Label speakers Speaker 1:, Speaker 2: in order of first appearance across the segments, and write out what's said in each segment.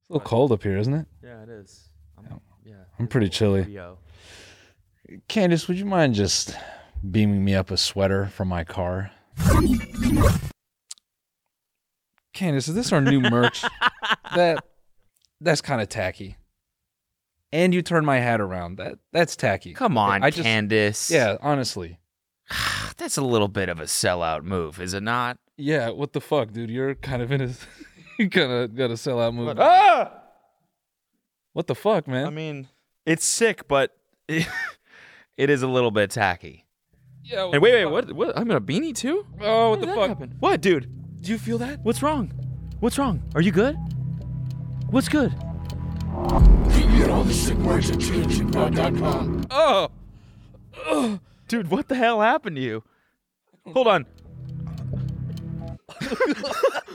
Speaker 1: It's a little cold up here, isn't it?
Speaker 2: Yeah, it is. I'm, yeah.
Speaker 1: I'm pretty chilly.
Speaker 2: Yo.
Speaker 1: Candace, would you mind just beaming me up a sweater from my car? Candace, is this our new merch? that that's kind of tacky. And you turn my hat around. That that's tacky.
Speaker 2: Come on,
Speaker 1: I just-
Speaker 2: Candace.
Speaker 1: Yeah, honestly.
Speaker 2: That's a little bit of a sellout move, is it not?
Speaker 1: Yeah, what the fuck, dude? You're kind of in a you kind of got a sellout move.
Speaker 2: What-
Speaker 1: ah! What the fuck, man?
Speaker 2: I mean, it's sick, but it is a little bit tacky.
Speaker 1: yeah,
Speaker 2: And wait, wait, what? What? I'm in a beanie too?
Speaker 1: Oh, what the
Speaker 2: How did that
Speaker 1: fuck?
Speaker 2: happen? What, dude?
Speaker 1: Do you feel that?
Speaker 2: What's wrong? What's wrong? Are you good? What's good?
Speaker 3: Get all the sick words at TNGpod.com.
Speaker 1: Oh.
Speaker 2: Dude, what the hell happened to you? Hold on.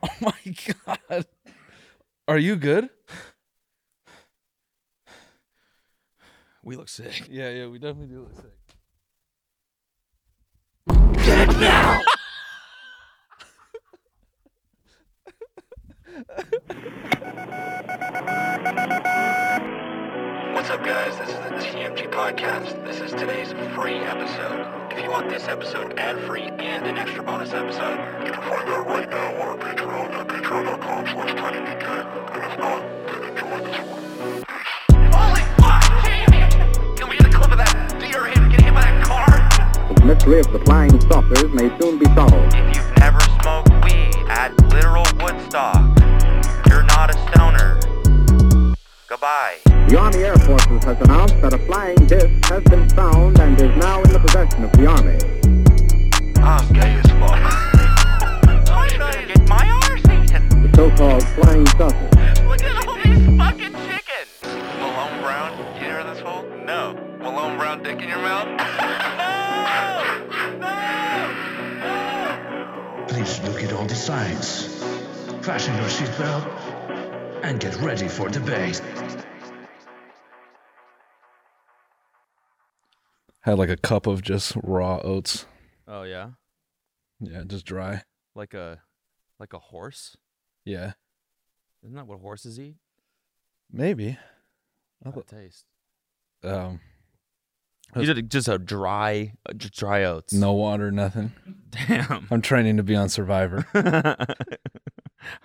Speaker 1: Oh my god. Are you good?
Speaker 2: We look sick.
Speaker 1: Yeah, yeah, we definitely do look sick.
Speaker 3: What's up, guys? This is the TMG Podcast. This is today's free episode. If you want this episode ad-free and an extra bonus episode, you can find that right now on our Patreon at patreon.com slash tinydk. And if not, then enjoy this one. Holy fuck! Jamie! Can we get a clip of that deer him getting hit by that car?
Speaker 4: The mystery of the flying saucers may soon be solved.
Speaker 5: If you've never smoked weed at literal Woodstock, you're not a stoner. Goodbye.
Speaker 4: The Army Air Forces has announced that a flying disc has been found and is now in the possession of the Army.
Speaker 5: I'm gay as fuck. I'm gonna get my arse eaten.
Speaker 4: The so-called flying saucer.
Speaker 5: Look at all these fucking chickens. Malone Brown, you hear this hole? No. Malone Brown dick in your mouth? no! No! No!
Speaker 6: Please look at all the signs. Fasten your seatbelt and get ready for debate.
Speaker 1: Had like a cup of just raw oats.
Speaker 2: Oh yeah,
Speaker 1: Yeah, just dry.
Speaker 2: like a like a horse.
Speaker 1: Yeah.
Speaker 2: Isn't that what horses eat?
Speaker 1: Maybe. I
Speaker 2: How
Speaker 1: thought-
Speaker 2: it taste.
Speaker 1: Um
Speaker 2: You did just a dry, a dr- dry oats.
Speaker 1: no water, nothing.
Speaker 2: damn.
Speaker 1: I'm training to be on Survivor.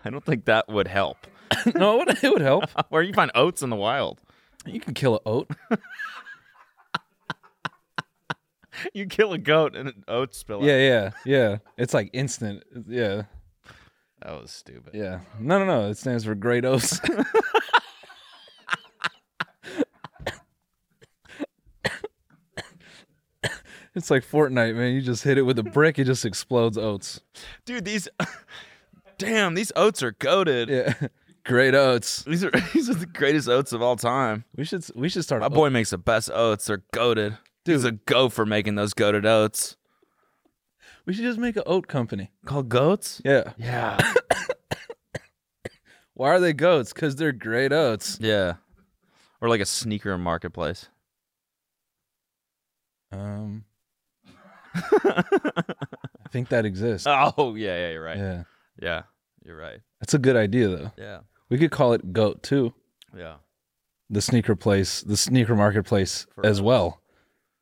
Speaker 2: I don't think that would help.
Speaker 1: no, it would, it would help.
Speaker 2: Where you find oats in the wild?
Speaker 1: You can kill a oat.
Speaker 2: You kill a goat and an oat spill.
Speaker 1: Yeah,
Speaker 2: out.
Speaker 1: yeah, yeah. It's like instant. Yeah,
Speaker 2: that was stupid.
Speaker 1: yeah. No, no, no. It stands for great oats. it's like Fortnite, man. You just hit it with a brick, it just explodes oats.
Speaker 2: Dude, these, damn, these oats are goaded.
Speaker 1: Yeah, great oats.
Speaker 2: These are these are the greatest oats of all time.
Speaker 1: We should we should start.
Speaker 2: My boy makes the best oats. They're goaded. Dude, He's a go for making those goaded oats.
Speaker 1: we should just make an oat company.
Speaker 2: Called goats?
Speaker 1: Yeah.
Speaker 2: Yeah.
Speaker 1: Why are they goats? Because they're great oats.
Speaker 2: yeah. Or like a sneaker marketplace.
Speaker 1: Um, I think that exists.
Speaker 2: Oh yeah, yeah, you're right. Yeah,
Speaker 1: Yeah,
Speaker 2: you're right.
Speaker 1: that's a good idea though.
Speaker 2: Yeah,
Speaker 1: We could call it goat too.
Speaker 2: yeah.
Speaker 1: the sneaker place, the sneaker marketplace as well.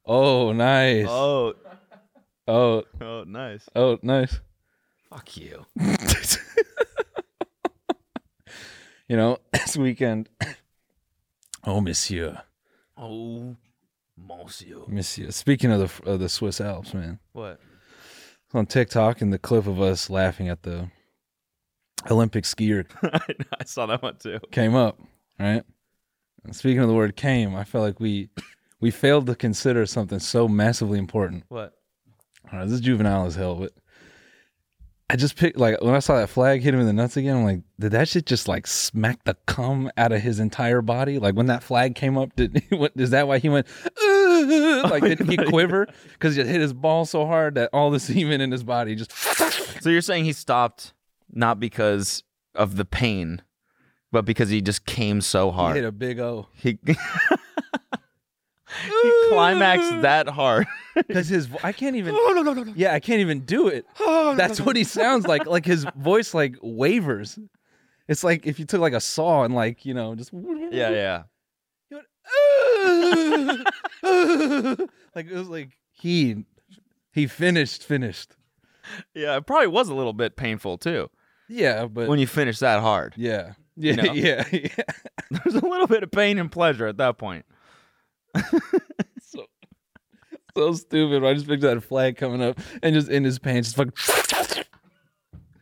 Speaker 1: Oh, nice. Oh,
Speaker 2: Oh,
Speaker 1: oh,
Speaker 2: oh, nice.
Speaker 1: nice.
Speaker 2: Fuck you.
Speaker 1: You know, this weekend. Oh, Monsieur,
Speaker 2: Oh, monsieur.
Speaker 1: Monsieur. Speaking of the of the Swiss Alps, man,
Speaker 2: What?
Speaker 1: on TikTok and the clip of us laughing at the Olympic skier
Speaker 2: I saw that one too.
Speaker 1: came up, right? And speaking of the word "came," I felt like we we failed to consider something so massively important.
Speaker 2: What?
Speaker 1: I don't know, this is juvenile as hell, but I just picked like when I saw that flag hit him in the nuts again, I'm like, did that shit just like smack the cum out of his entire body? Like when that flag came up, did what is that why he went "Ugh," like did he quiver? Because it hit his ball so hard that all the semen in his body just
Speaker 2: So you're saying he stopped not because of the pain, but because he just came so
Speaker 1: he
Speaker 2: hard.
Speaker 1: hit a big O.
Speaker 2: He he climaxed that hard.
Speaker 1: because his vo- I can't even. Yeah, I can't even do it. That's what he sounds like. Like his voice like wavers. It's like if you took like a saw and like you know just
Speaker 2: yeah, yeah.
Speaker 1: like it was like he he finished finished.
Speaker 2: Yeah, it probably was a little bit painful too.
Speaker 1: Yeah, but
Speaker 2: When you finish that hard.
Speaker 1: yeah yeah
Speaker 2: know.
Speaker 1: yeah yeah.
Speaker 2: There's a little bit of pain and pleasure at that point.
Speaker 1: So stupid. I just picture that flag coming up and just in his pants, just fucking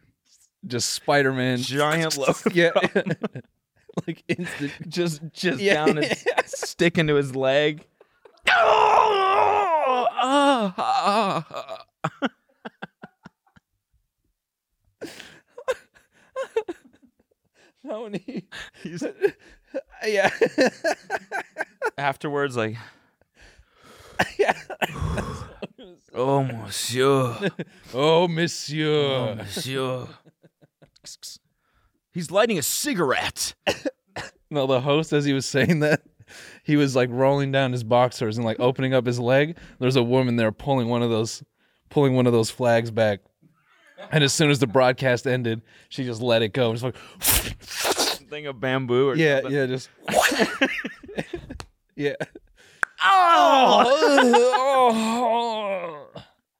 Speaker 1: just Spider Man
Speaker 2: Giant load of
Speaker 1: Yeah. like instant.
Speaker 2: Just just
Speaker 1: Yeah.
Speaker 2: down and stick into his leg. Ah, ah, ah.
Speaker 1: How many?
Speaker 2: He's
Speaker 1: Yeah.
Speaker 2: afterwards like
Speaker 1: yeah.
Speaker 2: Oh, monsieur.
Speaker 1: Oh,
Speaker 2: Oh,
Speaker 1: Monsieur.
Speaker 2: monsieur. He's lighting a cigarette.
Speaker 1: No, the host, as he was saying that, he was like rolling down his boxers and like opening up his leg. There's a woman there pulling one of those, pulling one of those flags back. And as soon as the broadcast ended, she just let it go. Just like,
Speaker 2: Thing of bamboo or
Speaker 1: yeah,
Speaker 2: something.
Speaker 1: yeah, just. yeah.
Speaker 2: Oh!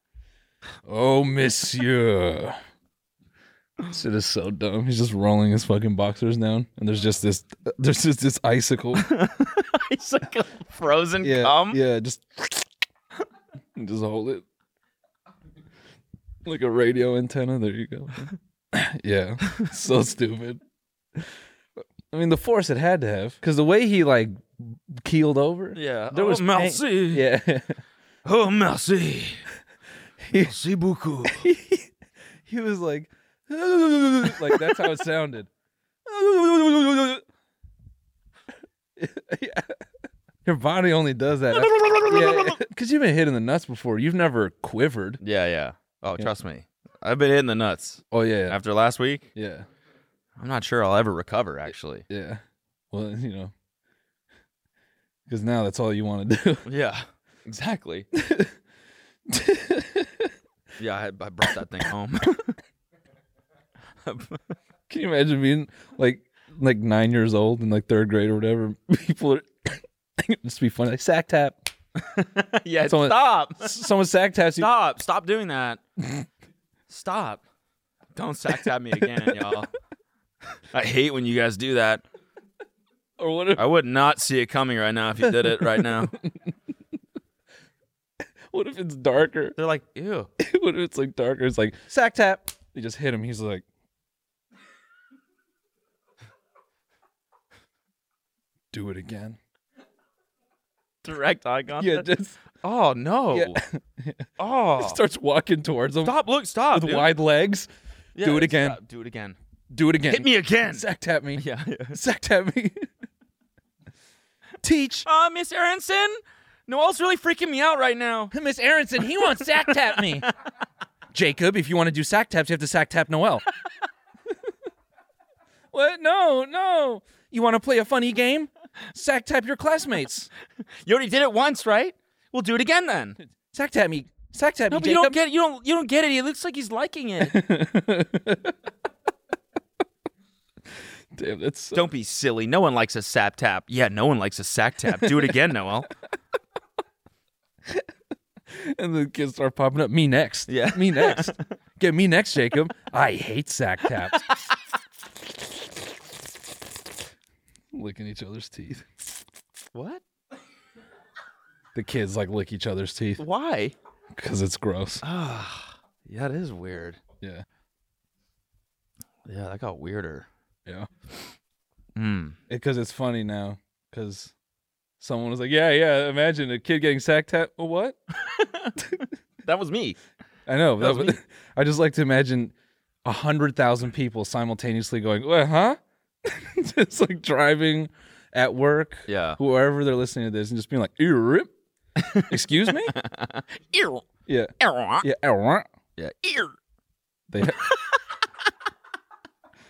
Speaker 1: oh, monsieur. This shit is so dumb. He's just rolling his fucking boxers down, and there's just this, there's just this icicle.
Speaker 2: He's like a frozen
Speaker 1: Yeah,
Speaker 2: cum.
Speaker 1: yeah, just, and just hold it like a radio antenna. There you go. yeah, so stupid. I mean, the force it had to have, because the way he like keeled over,
Speaker 2: Yeah.
Speaker 1: There was
Speaker 2: oh,
Speaker 1: pain.
Speaker 2: merci.
Speaker 1: yeah.
Speaker 2: Oh, merci. merci beaucoup.
Speaker 1: he was like, like that's how it sounded. yeah. Your body only does that. Because you've been hit in the nuts before. You've never quivered.
Speaker 2: Yeah, yeah. Oh,
Speaker 1: Yeah.
Speaker 2: trust me. I've been hitting the nuts
Speaker 1: Oh, yeah.
Speaker 2: after last week.
Speaker 1: Yeah.
Speaker 2: I'm not sure I'll ever recover, actually.
Speaker 1: Yeah. Well, you know, because now that's all you want to do.
Speaker 2: Yeah, exactly. yeah, I, I brought that thing home.
Speaker 1: Can you imagine being like like nine years old in like third grade or whatever? People are just be funny like sack tap.
Speaker 2: yeah,
Speaker 1: It's only-
Speaker 2: stop.
Speaker 1: Someone sack taps you.
Speaker 2: Stop. Stop doing that. Stop. Don't sack tap me again, y'all. I hate when you guys do that.
Speaker 1: or what? If,
Speaker 2: I would not see it coming right now if you did it right now.
Speaker 1: what if it's darker?
Speaker 2: They're like, ew.
Speaker 1: what if it's like darker? It's like sack tap. They just hit him. He's like, do it again.
Speaker 2: Direct eye contact.
Speaker 1: Yeah, just
Speaker 2: oh no.
Speaker 1: yeah.
Speaker 2: Oh.
Speaker 1: starts walking towards him
Speaker 2: Stop. Look. Stop.
Speaker 1: with
Speaker 2: dude.
Speaker 1: wide legs.
Speaker 2: Yeah,
Speaker 1: do it again.
Speaker 2: stop, Do it again.
Speaker 1: Do it again.
Speaker 2: Hit me again.
Speaker 1: Sack tap me.
Speaker 2: Yeah.
Speaker 1: Sack tap me. Teach.
Speaker 2: Uh, Miss Aronson, Noel's really freaking me out right now.
Speaker 1: Miss Aronson, he wants sack tap me. Jacob, if you want to do sack taps, you have to sack tap Noel. what? No, no. You want to play a funny game? Sack tap your classmates.
Speaker 2: You already did it once, right? We'll do it again then.
Speaker 1: Sack tap me. Sack tap
Speaker 2: No,
Speaker 1: me,
Speaker 2: but you don't
Speaker 1: Jacob.
Speaker 2: get you don't you don't get it. He looks like he's liking it.
Speaker 1: Damn, that's so-
Speaker 2: don't be silly. No one likes a sap tap. Yeah, no one likes a sack tap. Do it again, Noel.
Speaker 1: and the kids start popping up. Me next.
Speaker 2: Yeah.
Speaker 1: Me next. Get me next, Jacob. I hate sack taps. Licking each other's teeth.
Speaker 2: What?
Speaker 1: The kids like lick each other's teeth
Speaker 2: Why?
Speaker 1: because it's gross.
Speaker 2: Yeah, that is weird.
Speaker 1: Yeah.
Speaker 2: Yeah, that got weirder.
Speaker 1: Yeah.
Speaker 2: Mm.
Speaker 1: because it's funny now because someone was like yeah yeah imagine a kid getting sack tap well, what
Speaker 2: That was me.
Speaker 1: i know
Speaker 2: That
Speaker 1: that
Speaker 2: was
Speaker 1: was- i just like to imagine a hundred thousand people simultaneously going well huh just like driving at work
Speaker 2: Yeah.
Speaker 1: whoever they're listening to this and just being like "Ew, rip. excuse me
Speaker 2: Ew.
Speaker 1: yeah
Speaker 2: Ew.
Speaker 1: yeah "Ew, rip."
Speaker 2: Yeah. Ew.
Speaker 1: they ha-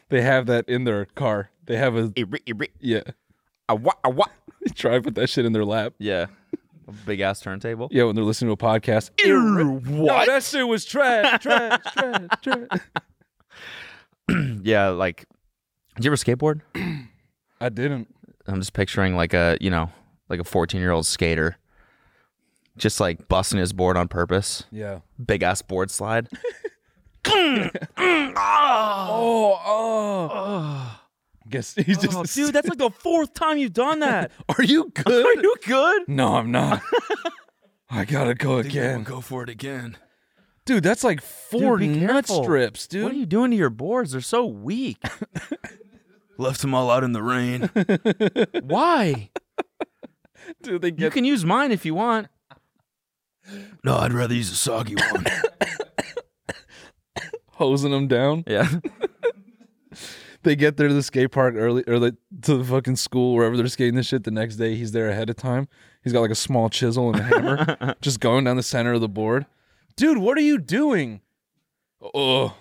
Speaker 1: they have that in their car they have a
Speaker 2: Ew. Ew.
Speaker 1: yeah
Speaker 2: Ah, wah, ah, wah.
Speaker 1: they drive with that shit in their lap
Speaker 2: Yeah. A big ass turntable.
Speaker 1: Yeah, when they're listening to a podcast. Ew, what? that shit was trash, trash, trash, trash.
Speaker 2: Yeah, like, did you ever skateboard?
Speaker 1: I didn't.
Speaker 2: I'm just picturing like a you know like a 14 year old skater, just like busting his board on purpose.
Speaker 1: Yeah.
Speaker 2: Big ass board slide.
Speaker 1: Mm. Oh, oh. Guess he's just.
Speaker 2: Oh, like the fourth time you've done that.
Speaker 1: Are you good?
Speaker 2: Are you good?
Speaker 1: No, I'm not. I gotta go again,
Speaker 2: Go for it again.
Speaker 1: dude. That's like four
Speaker 2: be
Speaker 1: nut
Speaker 2: careful.
Speaker 1: strips, dude.
Speaker 2: What are you doing to your boards? They're so weak. Left them all out in the rain. Why?
Speaker 1: dude, they
Speaker 2: You
Speaker 1: get
Speaker 2: can use mine if you want. No, I'd rather use a soggy one.
Speaker 1: hosing them down.
Speaker 2: yeah.
Speaker 1: They get there to the skate park early, or like, to the fucking school wherever they're skating this shit. The next day, he's there ahead of time. He's got like a small chisel and a hammer, just going down the center of the board. Dude, what are you doing? Oh,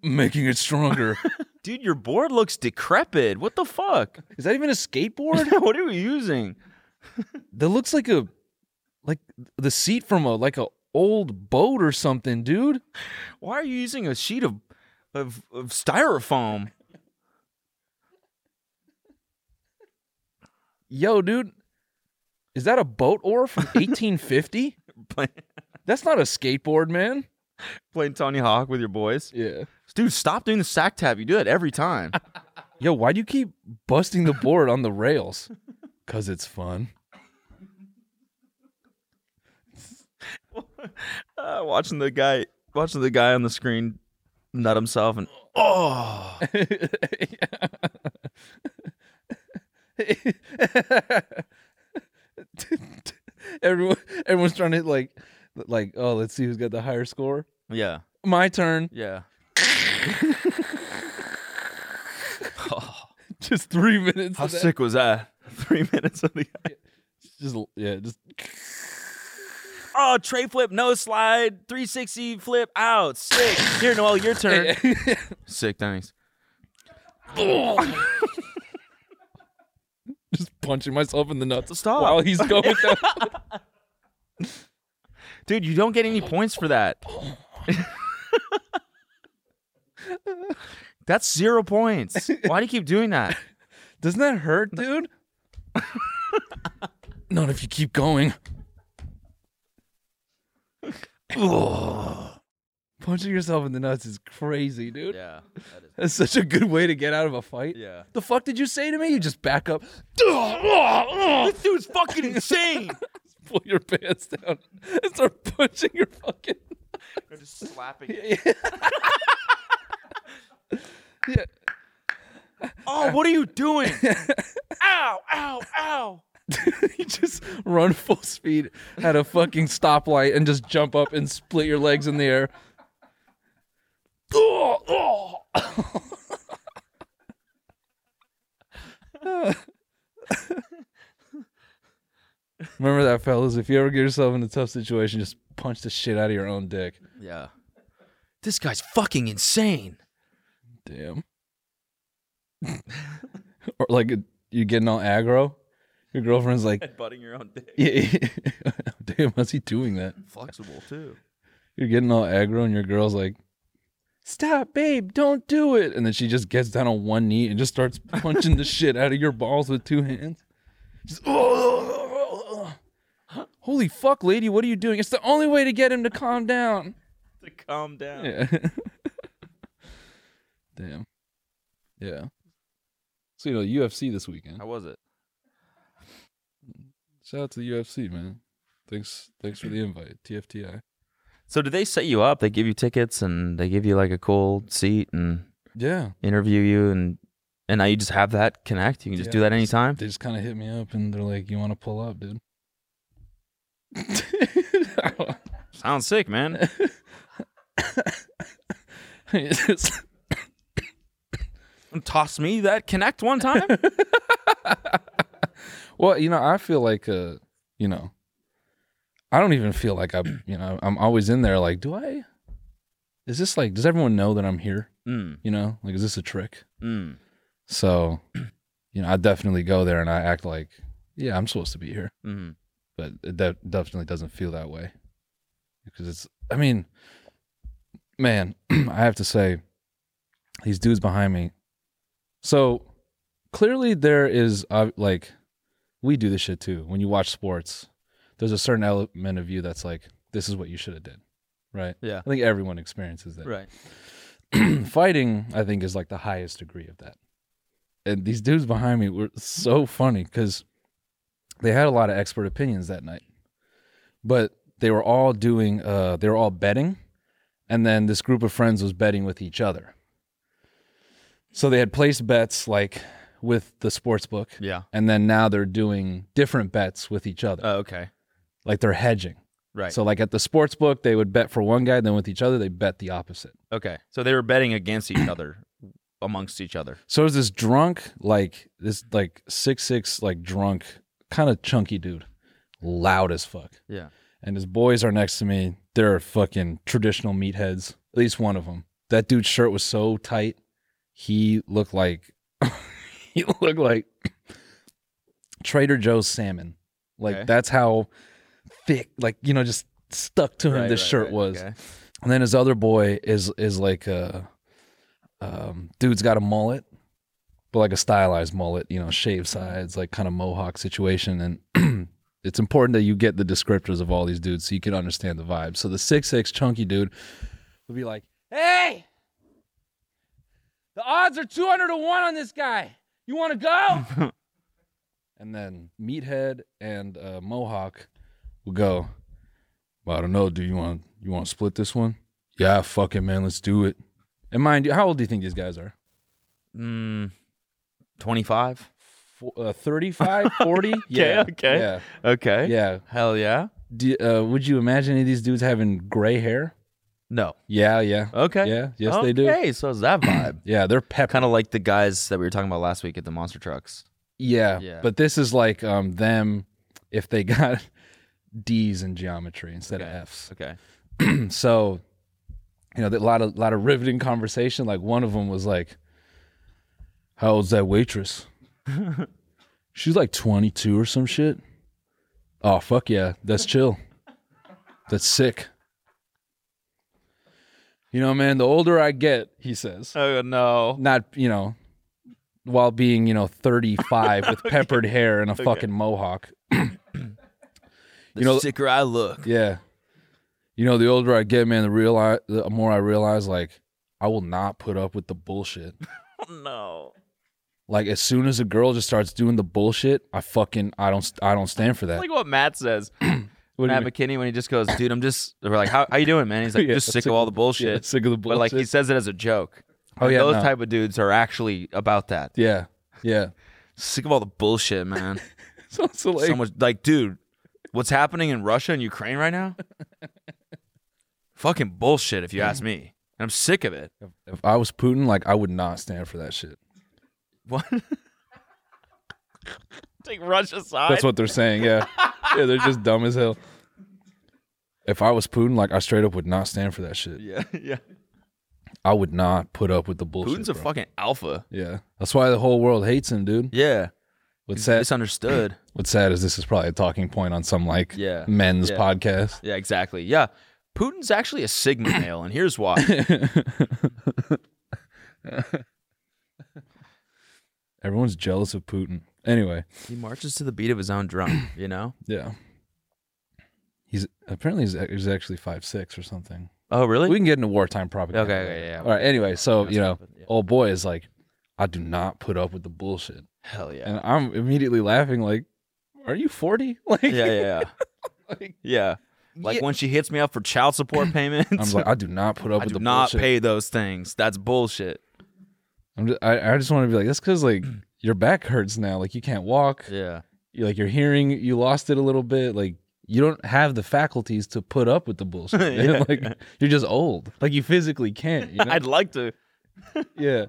Speaker 1: making it stronger.
Speaker 2: Dude, your board looks decrepit. What the fuck?
Speaker 1: Is that even a skateboard?
Speaker 2: what are you using?
Speaker 1: that looks like a like the seat from a like a old boat or something, dude.
Speaker 2: Why are you using a sheet of of, of styrofoam?
Speaker 1: Yo, dude, is that a boat oar from 1850?
Speaker 2: Play,
Speaker 1: That's not a skateboard, man.
Speaker 2: playing Tony Hawk with your boys.
Speaker 1: Yeah.
Speaker 2: Dude, stop doing the sack tap. You do it every time.
Speaker 1: Yo, why do you keep busting the board on the rails? Cause it's fun.
Speaker 2: Uh, watching the guy watching the guy on the screen nut himself and
Speaker 1: Everyone, everyone's trying to hit like, like oh, let's see who's got the higher score.
Speaker 2: yeah,
Speaker 1: My turn.
Speaker 2: yeah.
Speaker 1: Just three minutes.
Speaker 2: How
Speaker 1: of that.
Speaker 2: sick was that? Three minutes of the
Speaker 1: Just yeah. Just
Speaker 2: oh tray flip no slide 360 flip out sick here Noel your turn sick thanks
Speaker 1: just punching myself in the nuts.
Speaker 2: Stop.
Speaker 1: While he's going down.
Speaker 2: dude you don't get any points for that that's zero points why do you keep doing that
Speaker 1: Doesn't that hurt, dude? Not if you keep going. Punching yourself in the nuts is crazy, dude.
Speaker 2: yeah that is
Speaker 1: That's such a good way to get out of a fight.
Speaker 2: yeah
Speaker 1: The fuck did you say to me? You just back up,
Speaker 2: this dude's fucking insane
Speaker 1: pull your pants down, and start punching your fucking.
Speaker 2: They're just slapping
Speaker 1: Yeah.
Speaker 2: oh what are you doing ow ow ow
Speaker 1: you just run full speed at a fucking stoplight and just jump up and split your legs in the air. Remember that, fellas. If you ever get yourself in a tough situation, just punch the shit out of your own dick.
Speaker 2: yeah this guy's fucking insane
Speaker 1: Damn. or like you getting all aggro. Your girlfriend's like,
Speaker 2: butting your own dick
Speaker 1: yeah, damn, how's he doing that?
Speaker 2: flexible too
Speaker 1: You're getting all aggro, and your girl's like, stop, babe, don't do it. And then she just gets down on one knee and just starts punching the shit out of your balls with two hands. Just, Holy fuck, lady, what are you doing? It's the only way to get him to calm down.
Speaker 2: to calm down
Speaker 1: Yeah. Damn. Yeah. So you know UFC this weekend.
Speaker 2: how was it
Speaker 1: Shout out to the UFC, man. Thanks, thanks for the invite, TFTI.
Speaker 2: So do they set you up? They give you tickets and they give you like a cool seat and
Speaker 1: Yeah,
Speaker 2: interview you and and now you just have that connect. You can just do
Speaker 1: Yeah,
Speaker 2: that anytime.
Speaker 1: they just kind of hit me up and they're like, "You want to pull up, dude?" I
Speaker 2: Sounds sick, man.
Speaker 1: just-
Speaker 2: Toss me that connect one time.
Speaker 1: well, you know, I feel like, uh, you know, I don't even feel like I, you know, I'm always in there. Like, do I? Is this like? Does everyone know that I'm here?
Speaker 2: mm,
Speaker 1: You know, like, is this a trick?
Speaker 2: mm.
Speaker 1: So, you know, I definitely go there and I act like, yeah, I'm supposed to be here.
Speaker 2: Mm.
Speaker 1: but it de- definitely doesn't feel that way because it's. I mean, man, I have to say, these dudes behind me. So clearly, there is uh, like we do this shit too. When you watch sports, there's a certain element of you that's like, this is what you should have did, right?
Speaker 2: Yeah.
Speaker 1: I think everyone experiences that.
Speaker 2: Right.
Speaker 1: Fighting, I think, is like the highest degree of that. And these dudes behind me were so funny because they had a lot of expert opinions that night, but they were all doing, uh, they were all betting, and then this group of friends was betting with each other. So they had placed bets like with the sports book,
Speaker 2: Yeah.
Speaker 1: and then now they're doing different bets with each other,
Speaker 2: Oh, okay.
Speaker 1: like they're hedging.
Speaker 2: Right.
Speaker 1: So like at the sports book, they would bet for one guy, then with each other, they bet the opposite.
Speaker 2: okay. So they were betting against each other, amongst each other.
Speaker 1: So there's this drunk, like this like six six, like drunk, kind of chunky dude, loud as fuck.
Speaker 2: Yeah.
Speaker 1: And his boys are next to me. They're fucking traditional meatheads. At least one of them. That dude's shirt was so tight, he looked like he looked like Trader Joe's salmon. Like
Speaker 2: Okay.
Speaker 1: that's how thick, like you know, just stuck to him.
Speaker 2: Right,
Speaker 1: this
Speaker 2: right,
Speaker 1: shirt
Speaker 2: right,
Speaker 1: was.
Speaker 2: okay.
Speaker 1: And then his other boy is is like a um, dude's got a mullet, but like a stylized mullet, you know, shaved sides, like kind of mohawk situation. And it's important that you get the descriptors of all these dudes so you can understand the vibe. So the six six chunky dude would be like, "Hey, the odds are two hundred to one on this guy. You want to go?" and then meathead and uh, mohawk will go. Well, I don't know. Do you want you want to split this one? Yeah, fuck it, man. Let's do it. And mind you, how old do you think these guys are?
Speaker 2: Mm, 25.
Speaker 1: Fo- uh, 35, 40? yeah.
Speaker 2: okay.
Speaker 1: Yeah.
Speaker 2: Okay.
Speaker 1: Yeah.
Speaker 2: Hell yeah.
Speaker 1: Do, uh, would you imagine any of these dudes having gray hair?
Speaker 2: No.
Speaker 1: Yeah, yeah.
Speaker 2: Okay.
Speaker 1: Yeah, yes, they do.
Speaker 2: Okay. So it's that vibe.
Speaker 1: Yeah, they're pep.
Speaker 2: kind of like the guys that we were talking about last week at the monster trucks.
Speaker 1: Yeah.
Speaker 2: Yeah.
Speaker 1: But this is like um them if they got D's in geometry instead
Speaker 2: Okay.
Speaker 1: of F's.
Speaker 2: Okay.
Speaker 1: so you know a lot of lot of riveting conversation like one of them was like how old's that waitress she's like 22 or some shit oh fuck yeah that's chill that's sick you know man the older i get he says
Speaker 2: Oh no.
Speaker 1: not you know while being you know 35 with peppered hair and a fucking mohawk
Speaker 2: The
Speaker 1: know-
Speaker 2: sicker I look.
Speaker 1: Yeah. You know, the older I get, man, the real I, the more I realize, like, I will not put up with the bullshit.
Speaker 2: No.
Speaker 1: Like, as soon as a girl just starts doing the bullshit, I fucking I don't I don't stand for that.
Speaker 2: Like what Matt says.
Speaker 1: What do you
Speaker 2: Matt McKinney when he just goes, dude, I'm just. We're like, how how you doing, man? He's like,
Speaker 1: Yeah,
Speaker 2: just sick
Speaker 1: sick
Speaker 2: of all
Speaker 1: of-
Speaker 2: the
Speaker 1: mean? Yeah,
Speaker 2: bullshit.
Speaker 1: sick of the
Speaker 2: but
Speaker 1: bullshit.
Speaker 2: like he says it as a joke.
Speaker 1: Oh,
Speaker 2: Like,
Speaker 1: yeah,
Speaker 2: those
Speaker 1: no.
Speaker 2: type of dudes are actually about that.
Speaker 1: yeah, yeah.
Speaker 2: Sick of all the bullshit, man.
Speaker 1: So, so like,
Speaker 2: so much like, dude, what's happening in Russia and Ukraine right now? Fucking bullshit, if you ask me. And I'm sick of it.
Speaker 1: if I was Putin, like, I would not stand for that shit.
Speaker 2: What? Take Russia side.
Speaker 1: That's what they're saying. Yeah, yeah. They're just dumb as hell. If I was Putin, like, I straight up would not stand for that shit.
Speaker 2: Yeah, yeah.
Speaker 1: I would not put up with the bullshit.
Speaker 2: Putin's a
Speaker 1: bro.
Speaker 2: fucking alpha.
Speaker 1: Yeah, that's why the whole world hates him, dude.
Speaker 2: Yeah,
Speaker 1: What's
Speaker 2: he's
Speaker 1: that?
Speaker 2: misunderstood.
Speaker 1: What's sad is this is probably a talking point on some like
Speaker 2: Yeah.
Speaker 1: men's
Speaker 2: Yeah.
Speaker 1: podcast.
Speaker 2: yeah, exactly. Yeah, Putin's actually a sigma male, and here's why.
Speaker 1: Everyone's jealous of Putin. Anyway,
Speaker 2: he marches to the beat of his own drum. You know?
Speaker 1: yeah. He's apparently he's, he's actually five six or something.
Speaker 2: Oh, really?
Speaker 1: We can get into wartime propaganda.
Speaker 2: Okay, okay, yeah,
Speaker 1: All right. Anyway, so you know,
Speaker 2: Yeah.
Speaker 1: old boy is like, I do not put up with the bullshit,
Speaker 2: Hell yeah.
Speaker 1: and I'm immediately laughing like, Are you forty? Like,
Speaker 2: yeah, yeah, yeah.
Speaker 1: Like-
Speaker 2: yeah. Like when she hits me up for child support payments,
Speaker 1: I'm like, I do not put up
Speaker 2: I
Speaker 1: with
Speaker 2: do
Speaker 1: the
Speaker 2: not
Speaker 1: bullshit.
Speaker 2: pay those things. That's bullshit.
Speaker 1: I'm just, I, I just want to be like, that's because like your back hurts now. Like you can't walk.
Speaker 2: Yeah.
Speaker 1: You- like your hearing, you lost it a little bit. Like you don't have the faculties to put up with the bullshit. man.
Speaker 2: Yeah.
Speaker 1: Like you're just old. Like you physically can't. You know?
Speaker 2: I'd like to.
Speaker 1: yeah.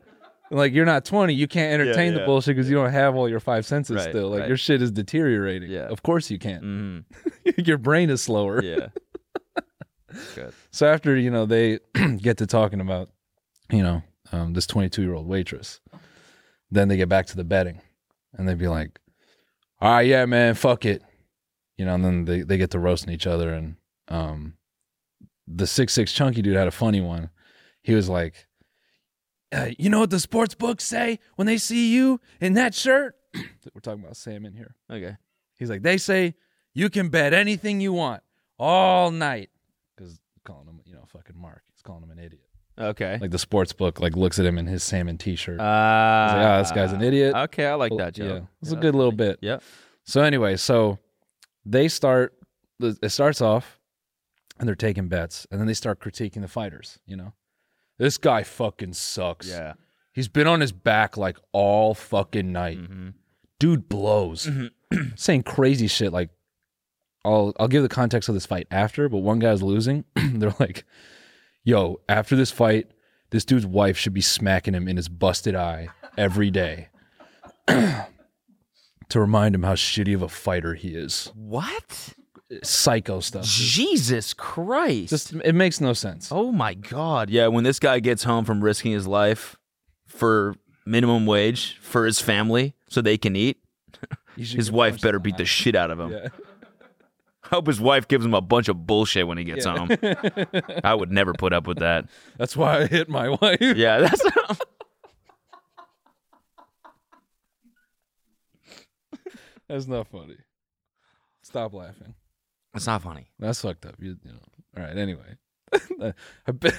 Speaker 1: Like you're not 20, you can't entertain the
Speaker 2: yeah.
Speaker 1: bullshit because you don't have all your five senses
Speaker 2: Right,
Speaker 1: still. Like
Speaker 2: right.
Speaker 1: your shit is deteriorating.
Speaker 2: Yeah.
Speaker 1: Of course you can't.
Speaker 2: hmm
Speaker 1: your brain is slower.
Speaker 2: Yeah.
Speaker 1: So after you know they get to talking about you know um, this 22 year old waitress, then they get back to the betting, and they'd be like, "All right, yeah, man, fuck it. you know, and then they, they get to roasting each other. And um, the six six chunky dude had a funny one. He was like, uh, "You know what the sports books say when they see you in that shirt?" We're talking about Sam in here.
Speaker 2: Okay.
Speaker 1: He's like, "They say you can bet anything you want all night," because calling him, you know, fucking Mark. He's calling him an idiot.
Speaker 2: Okay.
Speaker 1: Like the sports book, like looks at him in his salmon t-shirt.
Speaker 2: Ah,
Speaker 1: "Ah, this guy's an idiot."
Speaker 2: Okay, I like that
Speaker 1: Yeah,
Speaker 2: joke.
Speaker 1: it's a good little bit.
Speaker 2: Yep.
Speaker 1: So anyway, so they start. It starts off, and they're taking bets, and then they start critiquing the fighters. You know, this guy fucking sucks.
Speaker 2: Yeah.
Speaker 1: he's been on his back like all fucking night. Dude blows, saying crazy shit. Like, I'll I'll give the context of this fight after, but one guy's losing. they're like, "Yo, after this fight, this dude's wife should be smacking him in his busted eye every day." To remind him how shitty of a fighter he is
Speaker 2: What?
Speaker 1: psycho stuff.
Speaker 2: Jesus Christ.
Speaker 1: Just it makes no sense.
Speaker 2: oh my God. Yeah, when this guy gets home from risking his life for minimum wage for his family so they can eat,
Speaker 1: You should
Speaker 2: his
Speaker 1: get
Speaker 2: wife
Speaker 1: punched
Speaker 2: better
Speaker 1: in
Speaker 2: beat the
Speaker 1: eye.
Speaker 2: shit out of him.
Speaker 1: Yeah.
Speaker 2: Hope his wife gives him a bunch of bullshit when he gets home. I would never put up with that.
Speaker 1: That's why I hit my wife.
Speaker 2: Yeah, that's.
Speaker 1: That's not funny. Stop laughing.
Speaker 2: That's not funny.
Speaker 1: That's fucked up. You, you know. All right. Anyway, I bet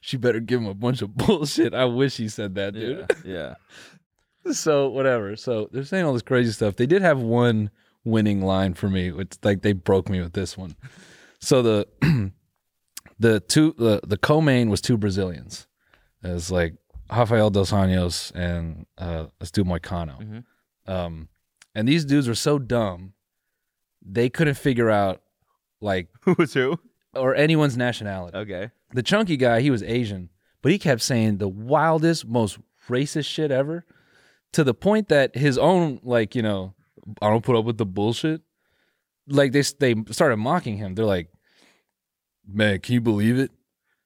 Speaker 1: she better give him a bunch of bullshit. I wish he said that, dude.
Speaker 2: Yeah.
Speaker 1: so whatever. So they're saying all this crazy stuff. They did have one winning line for me, which like they broke me with this one. So the the two the the co-main was two Brazilians. It was like Rafael dos Anjos and uh, this dude Moicano. Um, and these dudes were so dumb, they couldn't figure out like
Speaker 2: Who was who?
Speaker 1: or anyone's nationality
Speaker 2: Okay.
Speaker 1: the chunky guy, he was Asian, but he kept saying the wildest, most racist shit ever to the point that his own, like, you know, I don't put up with the bullshit. Like, they, they started mocking him. They're like, man, can you believe it?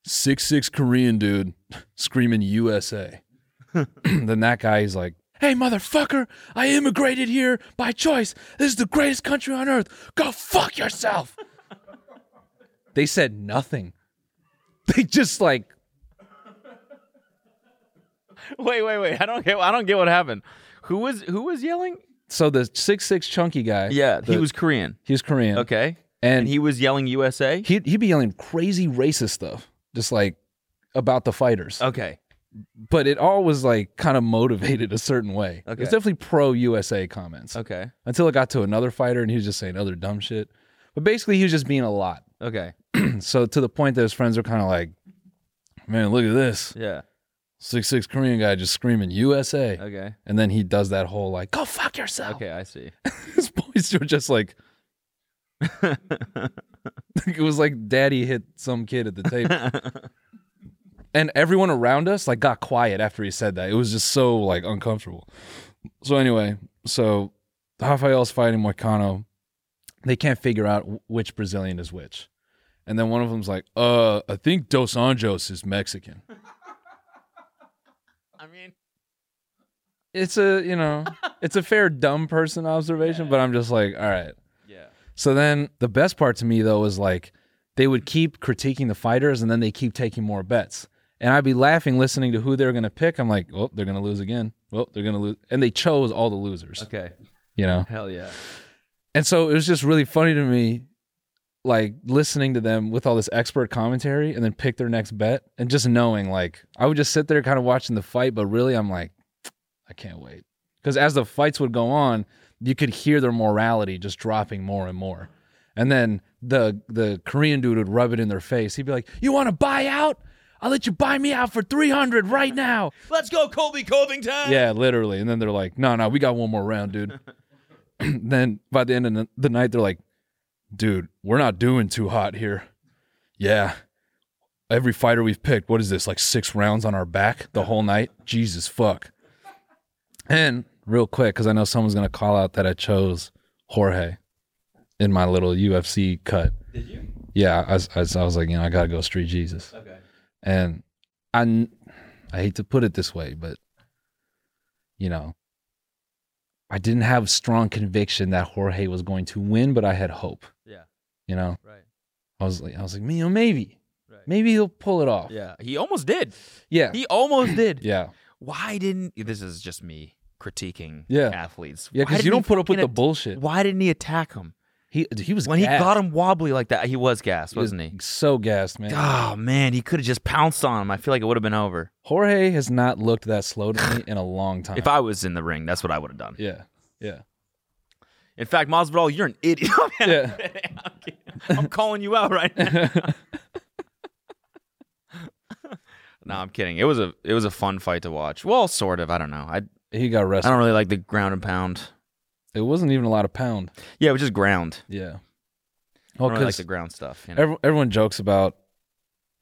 Speaker 1: Six six Korean dude screaming USA. then that guy is like, hey, motherfucker, I immigrated here by choice. This is the greatest country on earth. Go fuck yourself. they said nothing they just like
Speaker 2: Wait, wait, wait. I don't get. I don't get what happened. Who was who was yelling?
Speaker 1: so the six six chunky guy.
Speaker 2: Yeah, he
Speaker 1: the-
Speaker 2: was Korean.
Speaker 1: he was Korean.
Speaker 2: Okay,
Speaker 1: and,
Speaker 2: and
Speaker 1: he
Speaker 2: he was yelling USA.
Speaker 1: he he'd be yelling crazy racist stuff, just like about the fighters.
Speaker 2: Okay,
Speaker 1: But it all was like kind of motivated a certain way. It
Speaker 2: Okay.
Speaker 1: was definitely pro USA comments
Speaker 2: okay,
Speaker 1: until it got to another fighter and he was just saying other dumb shit. But basically, he was just being a lot.
Speaker 2: okay.
Speaker 1: So to the point that his friends were kind of like, "Man, look at this
Speaker 2: Yeah,
Speaker 1: six six Korean guy just screaming USA,"
Speaker 2: okay,
Speaker 1: and then he does that whole like, "Go fuck yourself."
Speaker 2: okay. I see.
Speaker 1: his boys were just like it was like daddy hit some kid at the table and everyone around us like got quiet after he said that it was just so like uncomfortable so anyway so rafael's fighting moicano they can't figure out wh- which brazilian is which and then one of them's like uh i think dos anjos is mexican
Speaker 2: I mean,
Speaker 1: it's a you know it's a fair dumb person observation but i'm just like all right
Speaker 2: yeah.
Speaker 1: So then the best part to me though was like they would keep critiquing the fighters and then they keep taking more bets. And I'd be laughing listening to who they're gonna pick. I'm like, oh, they're gonna lose again. Well, they're gonna lose and they chose all the losers.
Speaker 2: Okay.
Speaker 1: You know?
Speaker 2: Hell yeah.
Speaker 1: And so it was just really funny to me, like listening to them with all this expert commentary and then pick their next bet and just knowing like I would just sit there kind of watching the fight, but really I'm like, I can't wait. Because as the fights would go on, you could hear their morality just dropping more and more. And then the the Korean dude would rub it in their face. He'd be like, You want to buy out? I'll let you buy me out for 300 right now.
Speaker 2: Let's go, Colby Covington.
Speaker 1: Yeah, literally. And then they're like, no, no, we got one more round, dude. then by the end of the- the night, they're like, dude, we're not doing too hot here. Yeah. Every fighter we've picked, what is this, like six rounds on our back the whole night? Jesus fuck. And real quick, because I know someone's going to call out that I chose Jorge in my little UFC cut. Did you? Yeah, I, was- I, was- I was like, you know, I got to go Street Jesus. Okay. And I, kn- I hate to put it this way, but you know, I didn't have strong conviction that Jorge was going to win, but I had hope.
Speaker 2: Yeah.
Speaker 1: You know,
Speaker 2: Right.
Speaker 1: I was like, I was like, you know, maybe,
Speaker 2: Right.
Speaker 1: maybe he'll pull it off.
Speaker 2: Yeah. He almost did.
Speaker 1: Yeah.
Speaker 2: He almost did.
Speaker 1: yeah.
Speaker 2: Why didn't this is just me critiquing
Speaker 1: Yeah.
Speaker 2: athletes.
Speaker 1: Yeah.
Speaker 2: Why
Speaker 1: Because
Speaker 2: didn't
Speaker 1: you
Speaker 2: he
Speaker 1: don't put up with
Speaker 2: fucking
Speaker 1: the bullshit.
Speaker 2: Why didn't he attack him?
Speaker 1: He dude, he was
Speaker 2: When he
Speaker 1: gassed.
Speaker 2: got him wobbly like that, he was gassed,
Speaker 1: was
Speaker 2: wasn't he?
Speaker 1: So gassed, man.
Speaker 2: Oh man, he could have just pounced on him. I feel like it would have been over.
Speaker 1: Jorge has not looked that slow to me in a long time.
Speaker 2: If I was in the ring, that's what I would have done.
Speaker 1: Uh-huh. yeah. Yeah.
Speaker 2: In fact, Masvidal, you're an idiot. I'm
Speaker 1: Yeah.
Speaker 2: kidding. I'm calling you out right now. no, I'm kidding. It was a it was a fun fight to watch. Well, sort of. I don't know. I
Speaker 1: He got
Speaker 2: I
Speaker 1: wrestled.
Speaker 2: don't really like the ground and pound.
Speaker 1: It wasn't even a lot of pound.
Speaker 2: Yeah, it was just ground.
Speaker 1: Yeah.
Speaker 2: I
Speaker 1: Well,
Speaker 2: don't really like
Speaker 1: because
Speaker 2: the ground stuff. You know?
Speaker 1: every, everyone jokes about,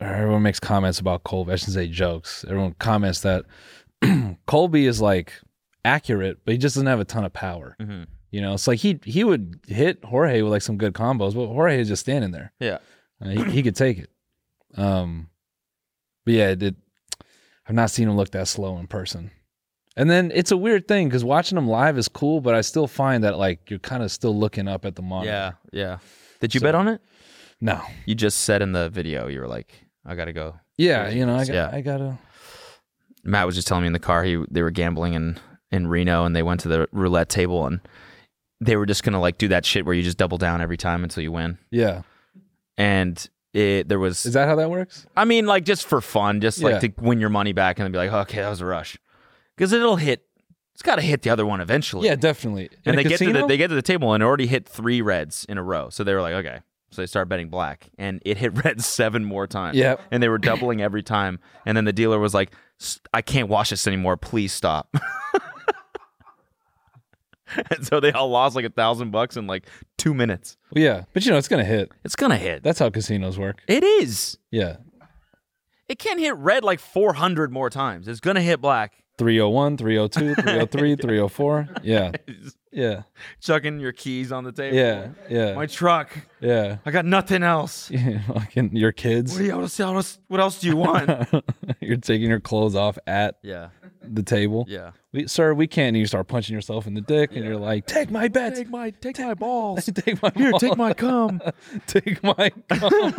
Speaker 1: or everyone makes comments about Colby. I shouldn't say jokes. Everyone comments that Colby is like accurate, but he just doesn't have a ton of power.
Speaker 2: Mhm.
Speaker 1: You know, it's like he he would hit Jorge with like some good combos, but Jorge is just standing there.
Speaker 2: Yeah.
Speaker 1: Uh, he, he could take it. Um, but yeah, it, did I've not seen him look that slow in person. And then it's a weird thing because watching him live is cool, but I still find that like you're kind of still looking up at the monitor.
Speaker 2: Yeah, yeah. Did you
Speaker 1: So-
Speaker 2: bet on it?
Speaker 1: No.
Speaker 2: You just said in the video you were like, I gotta go.
Speaker 1: Yeah, you know, I, got,
Speaker 2: Yeah.
Speaker 1: I gotta.
Speaker 2: Matt was just telling me in the car he they were gambling in in Reno and they went to the roulette table and they were just gonna like do that shit where you just double down every time until you win.
Speaker 1: Yeah.
Speaker 2: And it there was
Speaker 1: Is that how that works?
Speaker 2: I mean like just for fun, just
Speaker 1: Yeah.
Speaker 2: like to win your money back and then be like, okay, that was a rush, because it'll hit. It's gotta hit the other one eventually.
Speaker 1: Yeah, definitely. In
Speaker 2: and
Speaker 1: a
Speaker 2: they get to the
Speaker 1: casino?
Speaker 2: they get to the table and already hit three reds in a row. So they were like, okay. So they start betting black, and it hit red seven more times.
Speaker 1: Yep.
Speaker 2: and they were doubling every time. And then the dealer was like, "S- I can't watch this anymore. Please stop. and so they all lost like a thousand bucks in like two minutes.
Speaker 1: Yeah, but you know, it's gonna hit.
Speaker 2: It's gonna hit.
Speaker 1: That's how casinos work.
Speaker 2: it is.
Speaker 1: Yeah.
Speaker 2: It can hit red like four hundred more times. It's gonna hit black.
Speaker 1: 301, 302, 303, 304. Yeah. Yeah.
Speaker 2: Chucking your keys on the table.
Speaker 1: Yeah.
Speaker 2: My
Speaker 1: Yeah.
Speaker 2: truck.
Speaker 1: Yeah.
Speaker 2: I got nothing else.
Speaker 1: Yeah, Fucking your kids.
Speaker 2: What, do you, what else? What else do you want?
Speaker 1: You're taking your clothes off at
Speaker 2: Yeah,
Speaker 1: the table.
Speaker 2: yeah.
Speaker 1: We, sir, we can't. And you start punching yourself in the dick, and you're like, "Take my bet, take my, take my balls, take my here, take my cum, take my cum."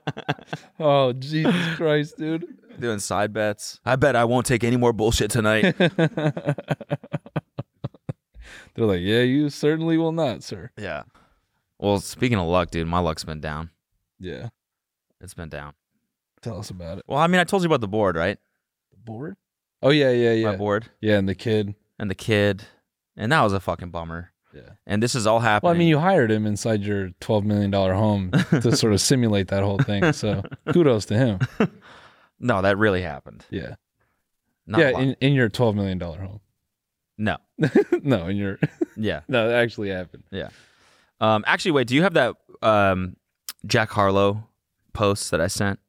Speaker 1: oh Jesus Christ, dude!
Speaker 2: Doing side bets. I bet I won't take any more bullshit tonight.
Speaker 1: They're like, "Yeah, you certainly will not, sir."
Speaker 2: yeah. Well, speaking of luck, dude, my luck's been down.
Speaker 1: Yeah,
Speaker 2: It's been down.
Speaker 1: tell us about it.
Speaker 2: Well, I mean, I told you about the board, right?
Speaker 1: The board? Oh yeah, yeah, yeah,
Speaker 2: My board
Speaker 1: yeah. And the kid.
Speaker 2: and the kid, and that was a fucking bummer.
Speaker 1: Yeah.
Speaker 2: And this is all happening.
Speaker 1: Well, I mean, you hired him inside your twelve million dollar home to sort of simulate that whole thing. So kudos to him.
Speaker 2: no, that really happened.
Speaker 1: Yeah,
Speaker 2: Not
Speaker 1: yeah.
Speaker 2: luck.
Speaker 1: In, in your twelve million dollar home.
Speaker 2: no.
Speaker 1: no, in your
Speaker 2: Yeah.
Speaker 1: no, that actually happened.
Speaker 2: Um. Actually, wait. Do you have that um, Jack Harlow post that I sent?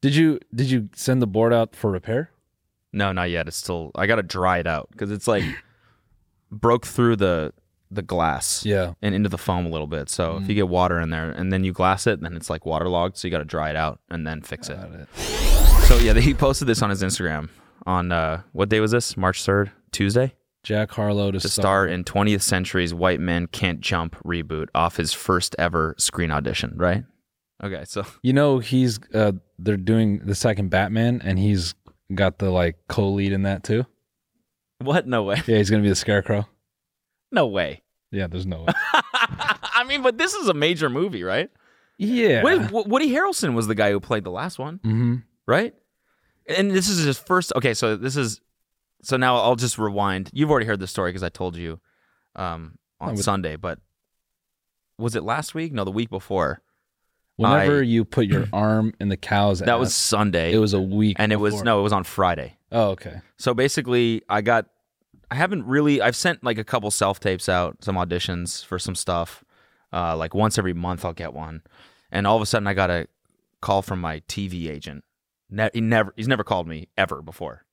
Speaker 1: Did you did you send the board out for repair?
Speaker 2: No, not yet. It's still. I gotta dry it out because it's like broke through the the glass.
Speaker 1: Yeah.
Speaker 2: and into the foam a little bit. So if you get water in there and then you glass it, then it's like waterlogged. So you got to dry it out and then fix it.
Speaker 1: Got it.
Speaker 2: So yeah, he posted this on his Instagram on uh, what day was this? March third, Tuesday.
Speaker 1: Jack Harlow to,
Speaker 2: The
Speaker 1: start.
Speaker 2: star in 20th Century's White Men Can't Jump reboot off his first ever screen audition, right? Okay, so
Speaker 1: You know he's uh they're doing the second Batman and he's got the like co-lead in that too.
Speaker 2: what? No way.
Speaker 1: Yeah, he's gonna be the Scarecrow.
Speaker 2: No way.
Speaker 1: Yeah, there's no way.
Speaker 2: I mean, but this is a major movie, right?
Speaker 1: yeah.
Speaker 2: Wait, Wo- Woody Harrelson was the guy who played the last one.
Speaker 1: mm-hmm.
Speaker 2: right? And this is his first. Okay, so this is. So now I'll just rewind. You've already heard the story because I told you um, on
Speaker 1: Oh, but-
Speaker 2: Sunday, but was it last week? No, the week before.
Speaker 1: Whenever
Speaker 2: I-
Speaker 1: you put your arm in the cow's
Speaker 2: That was
Speaker 1: ass,
Speaker 2: Sunday.
Speaker 1: it was a week
Speaker 2: and it was
Speaker 1: before.
Speaker 2: no, it was on Friday.
Speaker 1: Oh, okay.
Speaker 2: So basically, I got. I haven't really. I've sent like a couple self tapes out, some auditions for some stuff. Uh, like once every month, I'll get one, and all of a sudden, I got a call from my TV agent. Ne- he never. He's never called me ever before,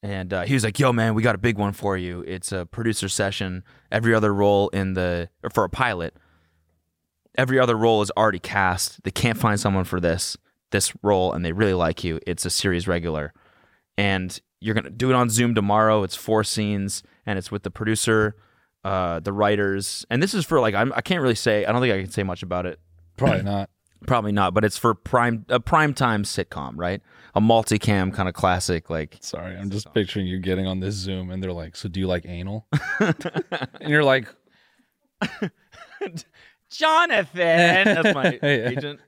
Speaker 2: and uh, he was like, "Yo, man, we got a big one for you. It's a producer session. Every other role in the or for a pilot, every other role is already cast. They can't find someone for this this role, and they really like you. It's a series regular." and You're gonna do it on Zoom tomorrow. It's four scenes, and it's with the producer, uh, the writers, and this is for like I'm, I can't really say. I don't think I can say much about it.
Speaker 1: Probably not.
Speaker 2: Probably not, but it's for prime a prime time sitcom, right? A multicam kind of classic, like
Speaker 1: Sorry, I'm just picturing you getting on this Zoom and they're like, "So do you like anal?" and you're like,
Speaker 2: Jonathan. That's my
Speaker 1: Yeah.
Speaker 2: agent.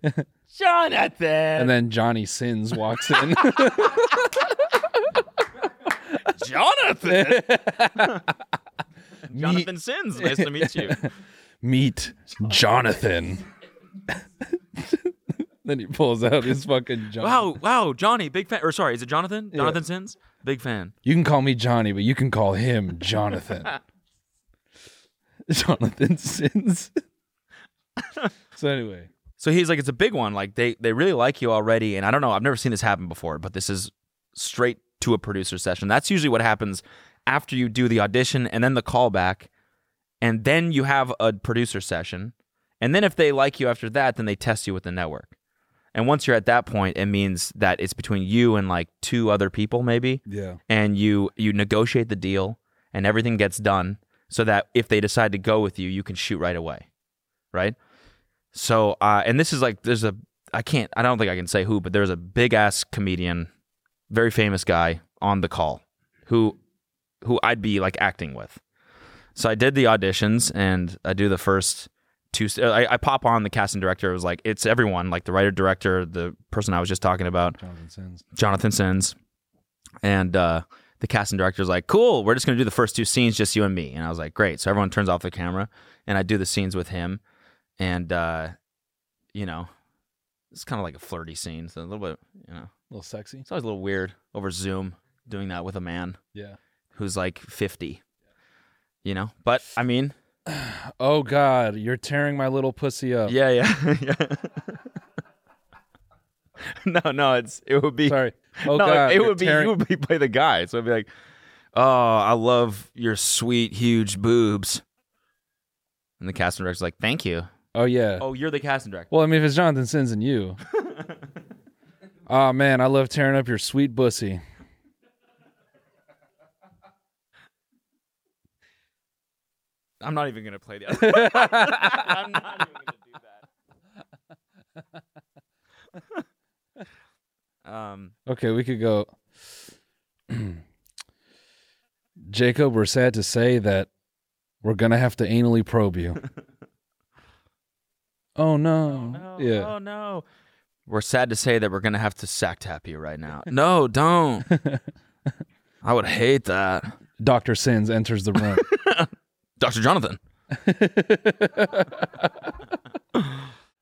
Speaker 2: Jonathan.
Speaker 1: and then Johnny Sins walks in.
Speaker 2: Jonathan. Jonathan Sins. Nice to meet you.
Speaker 1: Meet Jonathan. then he pulls out his fucking John.
Speaker 2: Wow, wow, Johnny, big fan. Or sorry, is it Jonathan? Jonathan Sins, big fan.
Speaker 1: You can call me Johnny, but you can call him Jonathan. Jonathan Sins. so anyway,
Speaker 2: So he's like, it's a big one. Like they they really like you already, and I don't know. I've never seen this happen before, but this is straight to a producer session. That's usually what happens after you do the audition and then the callback, and then you have a producer session, and then if they like you after that, then they test you with the network. And once you're at that point, it means that it's between you and like two other people, maybe.
Speaker 1: yeah,
Speaker 2: and you you negotiate the deal and everything gets done so that if they decide to go with you you can shoot right away right so uh and this is like there's a i can't i don't think i can say who but there's a big ass comedian very famous guy on the call who who i'd be like acting with so i did the auditions and i do the first two i, I pop on the casting director it was like it's everyone like the writer director the person i was just talking about
Speaker 1: Jonathan Sins.
Speaker 2: Jonathan Sins. And uh, the casting director's like, cool, we're just going to do the first two scenes, just you and me. And I was like, great. So everyone turns off the camera and I do the scenes with him. And, uh, you know, it's kind of like a flirty scene. So a little bit, you know,
Speaker 1: A little sexy.
Speaker 2: it's always a little weird over Zoom doing that with a man
Speaker 1: Yeah.
Speaker 2: who's like 50, you know? But I mean,
Speaker 1: Oh God, you're tearing my little pussy up.
Speaker 2: yeah, yeah. yeah. no, no, it's, it would be.
Speaker 1: Sorry. Oh
Speaker 2: no,
Speaker 1: God,
Speaker 2: it
Speaker 1: you're
Speaker 2: would be
Speaker 1: tearing-
Speaker 2: you would be play the guy. So I'd be like, "Oh, I love your sweet huge boobs," and the casting director's like, "Thank you."
Speaker 1: Oh yeah.
Speaker 2: Oh, you're the casting director.
Speaker 1: Well, I mean, if it's Jonathan Sins and you. Ah man, I love tearing up your sweet pussy.
Speaker 2: I'm not even gonna play the. Other. I'm not even gonna do that. um.
Speaker 1: Okay, we could go. Jacob, we're sad to say that we're gonna have to anally probe you. oh no. yeah.
Speaker 2: Oh no. We're sad to say that we're gonna have to sack tap you right now. No, don't. I would hate that.
Speaker 1: Doctor Sins enters the room.
Speaker 2: Dr. Jonathan.
Speaker 1: All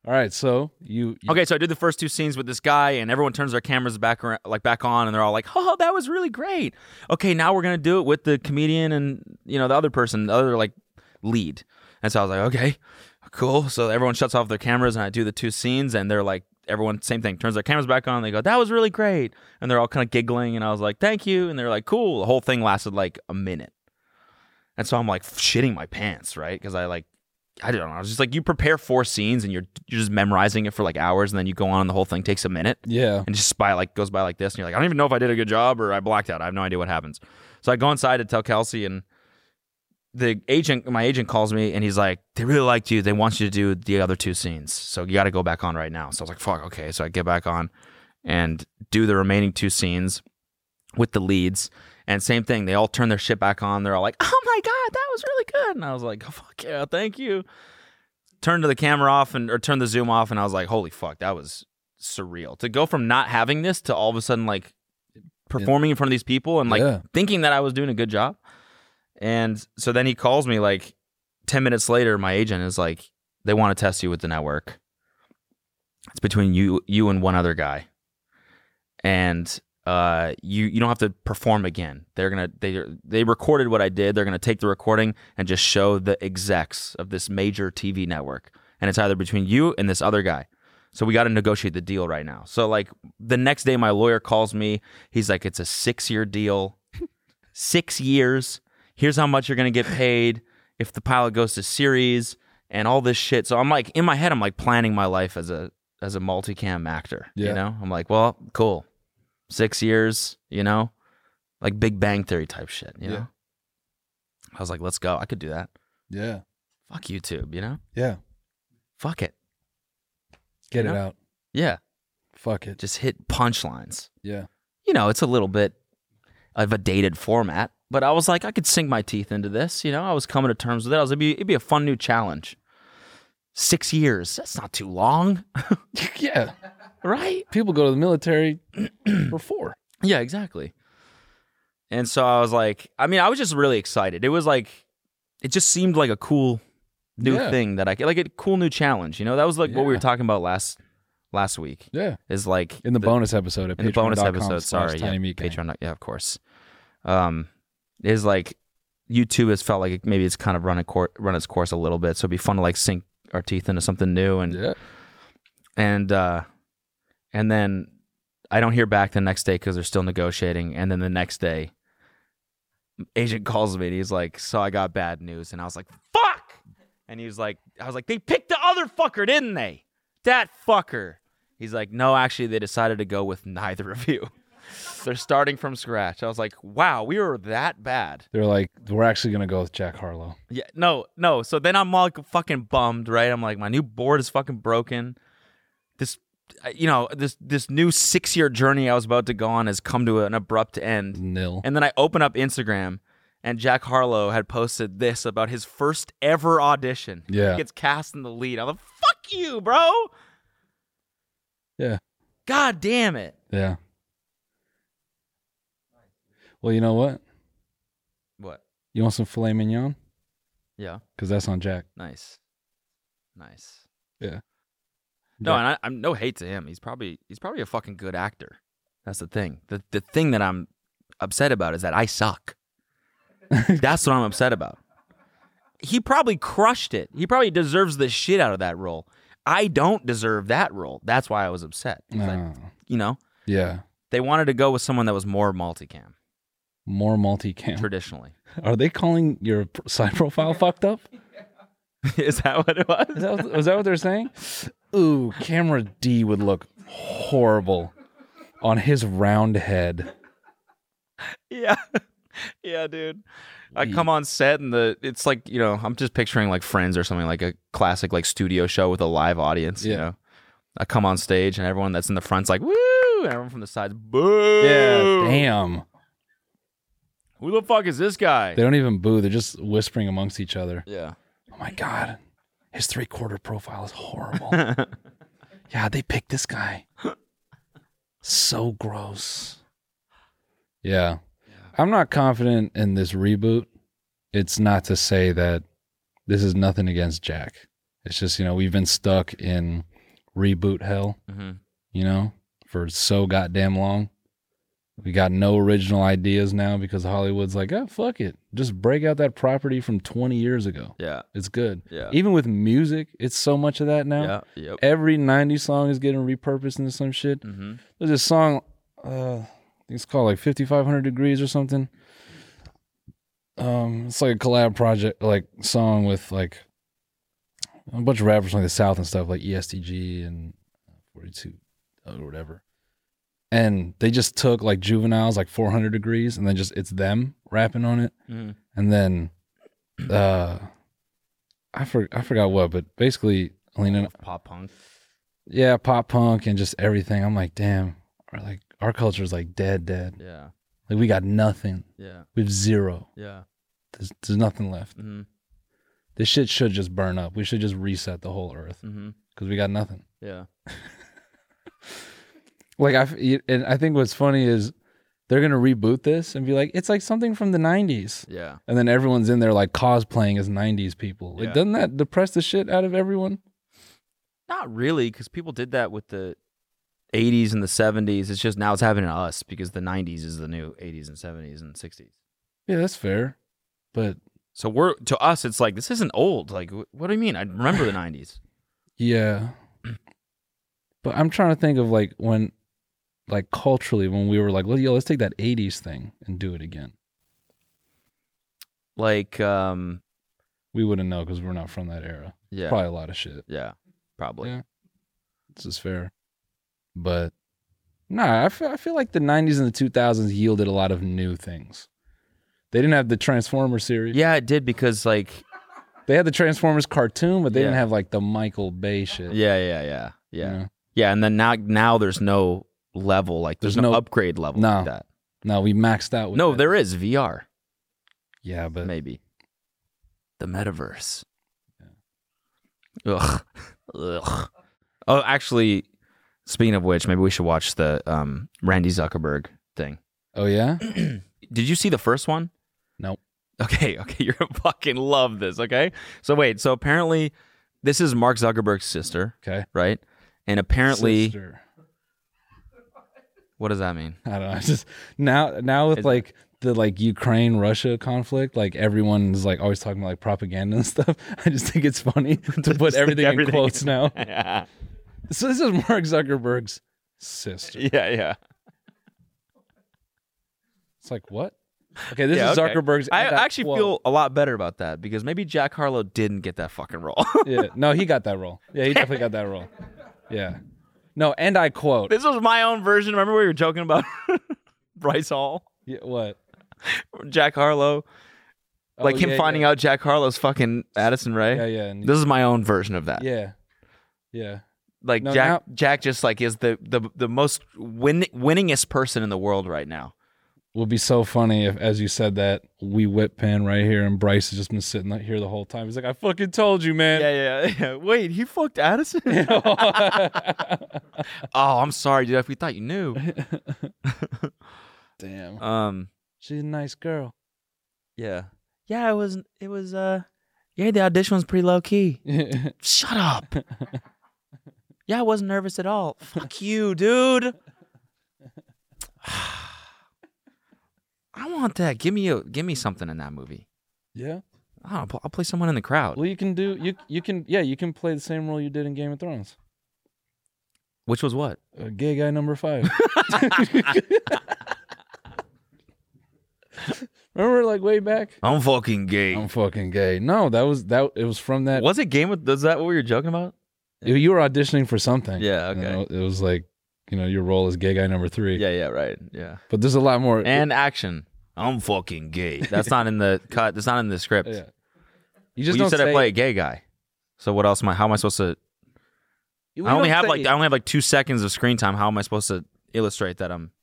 Speaker 1: right, so you, you
Speaker 2: Okay, so I did the first two scenes with this guy, and everyone turns their cameras back around, like back on, and they're all like, "Oh, that was really great." Okay, now we're gonna do it with the comedian and you know the other person, the other like lead. And so I was like, "Okay, cool." So everyone shuts off their cameras, and I do the two scenes, and they're like, everyone same thing, turns their cameras back on. They go, "That was really great," and they're all kind of giggling, and I was like, "Thank you," and they're like, "Cool." The whole thing lasted like a minute, and so I'm like shitting my pants, right? Because I like I don't know. I was just like, you prepare four scenes and you're you're just memorizing it for like hours, and then you go on and the whole thing takes a minute
Speaker 1: yeah.
Speaker 2: and just by like goes by like this, and you're like, I don't even know if I did a good job or I blacked out. I have no idea what happens. So I go inside to tell Kelsey, and the agent, my agent, calls me and he's like, they really liked you. They want you to do the other two scenes, so you got to go back on right now. So I was like, fuck, okay. So I get back on and do the remaining two scenes with the leads. And same thing, they all turn their shit back on. They're all like, "Oh my god, that was really good!" And I was like, "Fuck yeah, thank you." Turned to the camera off and or turned the zoom off, and I was like, "Holy fuck, that was surreal." To go from not having this to all of a sudden like performing in front of these people and like
Speaker 1: Yeah.
Speaker 2: thinking that I was doing a good job. And so then he calls me like ten minutes later. My agent is like, "They want to test you with the network. It's between you, you and one other guy." and uh, you you don't have to perform again. They're gonna they they recorded what I did. They're gonna take the recording and just show the execs of this major TV network, and it's either between you and this other guy. So we got to negotiate the deal right now. So like the next day, my lawyer calls me. He's like, "It's a six year deal, six years. Here's how much you're gonna get paid if the pilot goes to series and all this shit." So I'm like in my head, I'm like planning my life as a as a multicam actor.
Speaker 1: Yeah.
Speaker 2: You know, I'm like, well, cool six years, you know, like Big Bang Theory type shit. You
Speaker 1: Yeah.
Speaker 2: know, I was like, let's go. I could do that.
Speaker 1: Yeah.
Speaker 2: Fuck YouTube. You know,
Speaker 1: Yeah.
Speaker 2: fuck it.
Speaker 1: Get
Speaker 2: You
Speaker 1: it
Speaker 2: know?
Speaker 1: out.
Speaker 2: Yeah,
Speaker 1: Fuck it.
Speaker 2: just hit punchlines.
Speaker 1: Yeah.
Speaker 2: You know, it's a little bit of a dated format, but I was like, I could sink my teeth into this. You know, I was coming to terms with it. I was like, it'd be, it'd be a fun new challenge. Six years. That's not too long,
Speaker 1: yeah.
Speaker 2: right?
Speaker 1: People go to the military for four.
Speaker 2: Yeah, exactly. And so I was like, I mean, I was just really excited. It was like, it just seemed like a cool new
Speaker 1: Yeah.
Speaker 2: thing that I could, like a cool new challenge. You know, that was like what we were
Speaker 1: Yeah.
Speaker 2: talking about last last week.
Speaker 1: Yeah.
Speaker 2: Is like
Speaker 1: In the, bonus episode at
Speaker 2: in the bonus
Speaker 1: patreon.com
Speaker 2: episode.
Speaker 1: slash
Speaker 2: Sorry, yeah,
Speaker 1: Tiny Meat Gang.
Speaker 2: Patreon. Yeah, of course. Um, is like YouTube has felt like it, maybe it's kind of run a cour- run its course a little bit. So it'd be fun to like sink our teeth into something new and
Speaker 1: Yeah.
Speaker 2: and uh and then I don't hear back the next day because they're still negotiating. And then the next day, agent calls me and he's like, "So I got bad news," and I was like, "Fuck!" And he was like, "I was like, they picked the other fucker, didn't they? That fucker." He's like, "No, actually, they decided to go with neither of you. they're starting from scratch." I was like, "Wow, we were that bad."
Speaker 1: They're like, we're actually gonna go with Jack Harlow.
Speaker 2: Yeah, no, no. So then I'm all fucking bummed, right? I'm like, my new board is fucking broken. This, uh, you know, this this new six year journey I was about to go on has come to an abrupt end.
Speaker 1: Nil.
Speaker 2: And then I open up Instagram, and Jack Harlow had posted this about his first ever audition.
Speaker 1: Yeah.
Speaker 2: he gets cast in the lead. I'm like, fuck you, bro.
Speaker 1: Yeah.
Speaker 2: God damn it.
Speaker 1: Yeah. Well, you know what?
Speaker 2: What?
Speaker 1: You want some filet mignon?
Speaker 2: Yeah.
Speaker 1: Because that's on Jack.
Speaker 2: Nice. Nice.
Speaker 1: Yeah.
Speaker 2: No,
Speaker 1: Yeah.
Speaker 2: and I, I'm no hate to him. He's probably he's probably a fucking good actor. That's the thing. The the thing that I'm upset about is that I suck. That's what I'm upset about. He probably crushed it. He probably deserves the shit out of that role. I don't deserve that role. That's why I was upset. It's like,
Speaker 1: Ah,
Speaker 2: you know,
Speaker 1: yeah.
Speaker 2: they wanted to go with someone that was more multicam
Speaker 1: More multicam.
Speaker 2: traditionally.
Speaker 1: Are they calling your pr- side profile fucked up?
Speaker 2: is that what it
Speaker 1: Is
Speaker 2: was?
Speaker 1: that, what- is that what they're saying? Ooh, camera D would look horrible on his round head.
Speaker 2: Yeah. Yeah, dude.
Speaker 1: Hmm.
Speaker 2: I come on set and the it's like, you know, I'm just picturing like Friends or something like a classic like studio show with a live audience, you
Speaker 1: Yeah.
Speaker 2: know. I come on stage and everyone that's in the front's like, "Woo!" and everyone from the sides, "Boo!"
Speaker 1: Yeah, damn.
Speaker 2: Who the fuck is this guy?
Speaker 1: They don't even boo. They're just whispering amongst each other.
Speaker 2: yeah.
Speaker 1: Oh my god, his three quarter profile is horrible. yeah, they picked this guy. So gross. Yeah. I'm not confident in this reboot. It's not to say that this is nothing against Jack. It's just, you know, we've been stuck in reboot hell,
Speaker 2: hmm
Speaker 1: you know, for so goddamn long. We got no original ideas now because Hollywood's like, oh, fuck it. Just break out that property from 20 years ago.
Speaker 2: Yeah.
Speaker 1: It's good.
Speaker 2: Yeah.
Speaker 1: Even with music, it's so much of that now.
Speaker 2: Yeah. Yep.
Speaker 1: Every 90s song is getting repurposed into some shit.
Speaker 2: Mm-hmm.
Speaker 1: There's this song, uh, I think it's called like 5500 Degrees or something. Um, it's like a collab project, like song with like a bunch of rappers from the South and stuff, like E ESTG and 42 or whatever. And they just took like juveniles, like 400 degrees, and then just it's them rapping on it
Speaker 2: hmm
Speaker 1: and then uh I for, I forgot what, but basically Alina
Speaker 2: Pop punk.
Speaker 1: yeah, pop punk and just everything. I'm like, damn, our, like our culture is like dead, dead.
Speaker 2: Yeah.
Speaker 1: Like we got nothing.
Speaker 2: Yeah.
Speaker 1: We've zero.
Speaker 2: Yeah.
Speaker 1: There's, there's nothing left.
Speaker 2: Mm-hmm.
Speaker 1: This shit should just burn up. We should just reset the whole earth
Speaker 2: Mm-hmm.
Speaker 1: because we got nothing.
Speaker 2: Yeah.
Speaker 1: Like I f- and I think what's funny is they're gonna reboot this and be like, it's like something from the '90s.
Speaker 2: Yeah.
Speaker 1: and then everyone's in there like cosplaying as 90s people. Like,
Speaker 2: Yeah.
Speaker 1: doesn't that depress the shit out of everyone?
Speaker 2: Not really, because people did that with the 80s and the 70s. It's just now it's happening to us because the 90s is the new 80s and 70s and 60s.
Speaker 1: Yeah, that's fair. But
Speaker 2: So we're to us, it's like this isn't old. Like, wh- what do you mean? I remember the 90s.
Speaker 1: yeah. But I'm trying to think of like when, like culturally, when we were like, well, yo, let's take that 80s thing and do it again.
Speaker 2: Like, um,
Speaker 1: We wouldn't know because we're not from that era.
Speaker 2: yeah,
Speaker 1: Probably a lot of shit.
Speaker 2: yeah, probably.
Speaker 1: Yeah. This is fair. But Nah, I feel, I feel like the 90s and the 2000s yielded a lot of new things. They didn't have the Transformers series.
Speaker 2: Yeah, it did because like
Speaker 1: They had the Transformers cartoon, but they didn't
Speaker 2: Yeah.
Speaker 1: have like the Michael Bay shit.
Speaker 2: yeah, yeah, yeah, yeah,
Speaker 1: Yeah.
Speaker 2: yeah, And then now now there's no level like there's,
Speaker 1: There's
Speaker 2: no,
Speaker 1: no-
Speaker 2: upgrade level
Speaker 1: No.
Speaker 2: like that.
Speaker 1: No, we maxed out with
Speaker 2: No,
Speaker 1: that.
Speaker 2: there is VR
Speaker 1: Yeah, but
Speaker 2: maybe. The metaverse. Ugh. Ugh. Oh, actually, speaking of which, maybe we should watch the um, Randy Zuckerberg thing.
Speaker 1: Oh yeah?
Speaker 2: Did you see the first one?
Speaker 1: Nope.
Speaker 2: Okay, okay, you're gonna fucking love this, okay? So wait, so apparently this is Mark Zuckerberg's sister,
Speaker 1: Okay.
Speaker 2: right? And apparently
Speaker 1: Sister.
Speaker 2: what does that mean?
Speaker 1: I don't know. It's just now now with
Speaker 2: It's-
Speaker 1: like the like Ukraine Russia conflict, like everyone's like always talking about like propaganda and stuff. I just think it's funny to put
Speaker 2: think
Speaker 1: everything,
Speaker 2: everything
Speaker 1: in quotes
Speaker 2: is-
Speaker 1: now.
Speaker 2: yeah,
Speaker 1: So this is Mark Zuckerberg's sister.
Speaker 2: yeah.
Speaker 1: It's like what? Okay, this
Speaker 2: Yeah,
Speaker 1: is
Speaker 2: okay.
Speaker 1: Zuckerberg's.
Speaker 2: I,
Speaker 1: got-
Speaker 2: actually
Speaker 1: well,
Speaker 2: feel a lot better about that because maybe Jack Harlow didn't get that fucking role.
Speaker 1: Yeah, no, he got that role. Yeah, he definitely got that role. Yeah, no, and I quote.
Speaker 2: this was my own version. Remember we were joking about Bryce Hall,
Speaker 1: Yeah, what?
Speaker 2: Jack Harlow,
Speaker 1: Oh,
Speaker 2: like him
Speaker 1: yeah,
Speaker 2: finding
Speaker 1: yeah.
Speaker 2: out Jack Harlow's fucking Addison Ray.
Speaker 1: Yeah, yeah, and-
Speaker 2: This is my own version of that.
Speaker 1: yeah, yeah.
Speaker 2: like
Speaker 1: No,
Speaker 2: Jack Jack just like is the the the most win, winningest person in the world right now.
Speaker 1: Would be so funny if, as you said that, we whip pan right here, and Bryce has just been sitting like here the whole time. He's like, "I fucking told you, man."
Speaker 2: yeah, yeah. Wait, he fucked Addison? oh, I'm sorry, dude. If we thought you knew.
Speaker 1: Damn,
Speaker 2: Um,
Speaker 1: she's a nice girl.
Speaker 2: yeah. Yeah, it was it was uh yeah, the audition was pretty low key.
Speaker 1: yeah,
Speaker 2: Shut up. yeah, I wasn't nervous at all. Fuck you, dude. I want that. Give me a give me something in that movie. I don't know, I'll play someone in the crowd.
Speaker 1: well, you can do you you can yeah you can play the same role you did in Game of Thrones.
Speaker 2: Which was what?
Speaker 1: Uh, gay guy number five. Remember, like way back.
Speaker 2: I'm fucking gay.
Speaker 1: I'm fucking gay. No, that was that. It was from that.
Speaker 2: Was it game with? Is that what we were joking about?
Speaker 1: You were auditioning for something.
Speaker 2: Yeah,
Speaker 1: you
Speaker 2: okay.
Speaker 1: know, it was like, you know, your role is gay guy number three.
Speaker 2: Yeah, yeah, right. Yeah.
Speaker 1: But there's a lot more.
Speaker 2: And action. I'm fucking gay. That's not in the cut. That's not in the script.
Speaker 1: yeah. You
Speaker 2: Well,
Speaker 1: just
Speaker 2: you
Speaker 1: don't
Speaker 2: said
Speaker 1: say,
Speaker 2: I play a gay guy. So what else am I? How am I supposed to?
Speaker 1: we
Speaker 2: I only
Speaker 1: don't
Speaker 2: have
Speaker 1: say-
Speaker 2: like I only have like two seconds of screen time. How am I supposed to illustrate that I'm?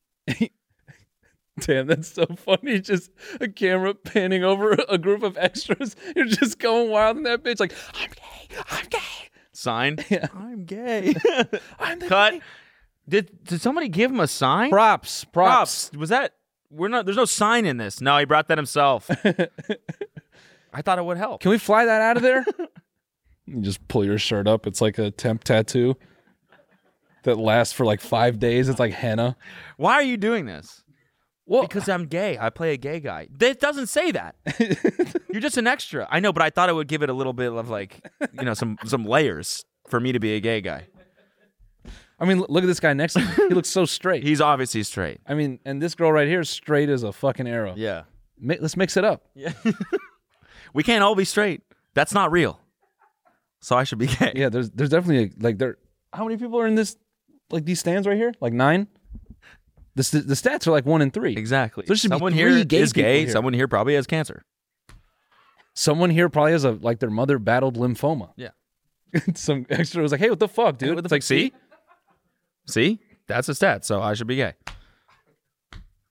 Speaker 1: Damn, that's so funny. It's Just a camera panning over a group of extras. You're just going wild in that bitch. Like, I'm gay. I'm gay.
Speaker 2: Sign.
Speaker 1: Yeah.
Speaker 2: I'm gay.
Speaker 1: I'm the
Speaker 2: cut.
Speaker 1: gay."
Speaker 2: Did did somebody give him a sign?
Speaker 1: Props. Props.
Speaker 2: Props. Was that? We're not. There's no sign in this. No, he brought that himself. I thought it would help.
Speaker 1: Can we fly that out of there? you just pull your shirt up. It's like a temp tattoo that lasts for like five days. It's like henna.
Speaker 2: Why are you doing this?
Speaker 1: Well,
Speaker 2: because I'm gay. I play a gay guy. It doesn't say that. You're just an extra. I know, but I thought it would give it a little bit of like, you know, some some layers for me to be a gay guy.
Speaker 1: I mean, l- look at this guy next to me. He looks so straight.
Speaker 2: He's obviously straight.
Speaker 1: I mean, and this girl right here is straight as a fucking arrow.
Speaker 2: Yeah.
Speaker 1: Mi- let's mix it up.
Speaker 2: Yeah. we can't all be straight. That's not real. So I should be gay.
Speaker 1: Yeah, there's there's definitely a, like there. How many people are in this? Like these stands right here? Like nine? The st- the stats are like one in three.
Speaker 2: Exactly.
Speaker 1: There should be
Speaker 2: Someone
Speaker 1: three
Speaker 2: here
Speaker 1: gay
Speaker 2: is gay.
Speaker 1: people here.
Speaker 2: Someone here probably has cancer.
Speaker 1: Someone here probably has a like their mother battled lymphoma.
Speaker 2: Yeah.
Speaker 1: Some extra was like, "Hey, what the fuck, dude?"
Speaker 2: What the
Speaker 1: It's like,
Speaker 2: fuck? see, see, that's a stat. So I should be gay.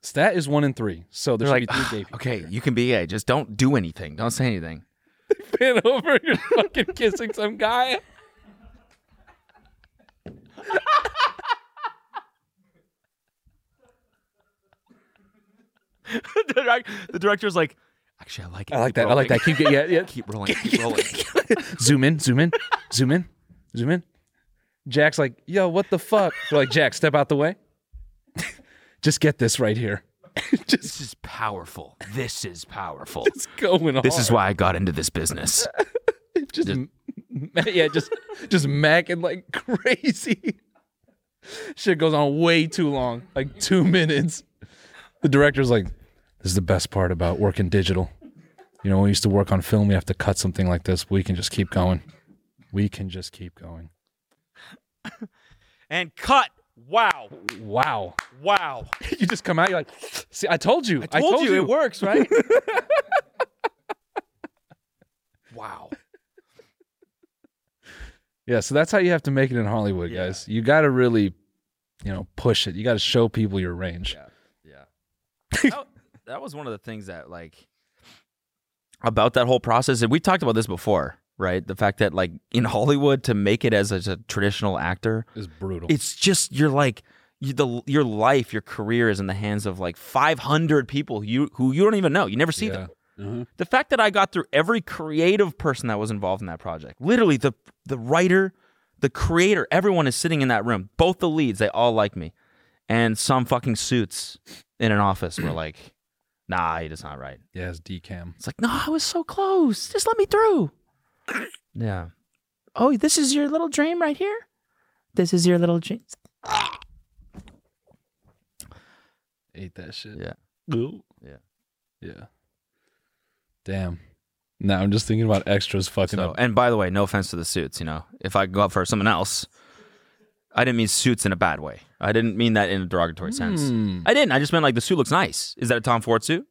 Speaker 1: stat is one in three. So there
Speaker 2: They're
Speaker 1: should
Speaker 2: like,
Speaker 1: be three gay people.
Speaker 2: okay, you can be gay. Just don't do anything. Don't say anything.
Speaker 1: pan over, you're fucking kissing some guy.
Speaker 2: the, direct, the director's like, actually, I like it.
Speaker 1: I like
Speaker 2: Keep
Speaker 1: that. I like that.
Speaker 2: rolling.
Speaker 1: Keep yeah, yeah.
Speaker 2: Keep rolling. Keep rolling.
Speaker 1: zoom in, zoom in, zoom in, zoom in. Jack's like, yo, what the fuck? They're like, Jack, step out the way. Just get this right here.
Speaker 2: this is powerful. This is powerful.
Speaker 1: It's going on.
Speaker 2: This is why I got into this business.
Speaker 1: just, ma- yeah, just just macking like crazy. Shit goes on way too long, like two minutes. The director's like, "This is the best part about working digital. You know, when we used to work on film, we have to cut something like this. We can just keep going. We can just keep going."
Speaker 2: And cut.
Speaker 7: Wow.
Speaker 1: Wow.
Speaker 7: Wow.
Speaker 1: you just come out, you're like, see, I told you.
Speaker 7: I told, you, it works, right? wow.
Speaker 1: Yeah, so that's how you have to make it in Hollywood,
Speaker 2: Yeah.
Speaker 1: guys. You got to really, you know, push it. You got to show people your range.
Speaker 2: Yeah. that, that was one of the things that like about that whole process and we talked about this before, right? The fact that like in Hollywood to make it as, as a traditional actor,
Speaker 1: It's brutal.
Speaker 2: it's just you're like you, the your life, your career is in the hands of like 500 people you who you don't even know. You never see them. The fact that I got through every creative person that was involved in that project, literally the the writer, the creator, everyone is sitting in that room. Both the leads, they all like me, and some fucking suits in an office were like, "Nah, he does not right."
Speaker 1: Yeah, it's DCAM.
Speaker 2: It's like, "No, I was so close. Just let me through." yeah. Oh, this is your little dream right here. This is your little dream.
Speaker 1: Ate that shit.
Speaker 2: Yeah.
Speaker 1: Yeah.
Speaker 2: Yeah.
Speaker 1: Yeah. Damn. Now I'm just thinking about extras fucking
Speaker 2: So,
Speaker 1: up.
Speaker 2: and by the way, no offense to the suits. You know, if I go up for someone else, I didn't mean suits in a bad way. I didn't mean that in a derogatory sense.
Speaker 1: Hmm.
Speaker 2: I didn't. I just meant like the suit looks nice. Is that a Tom Ford suit?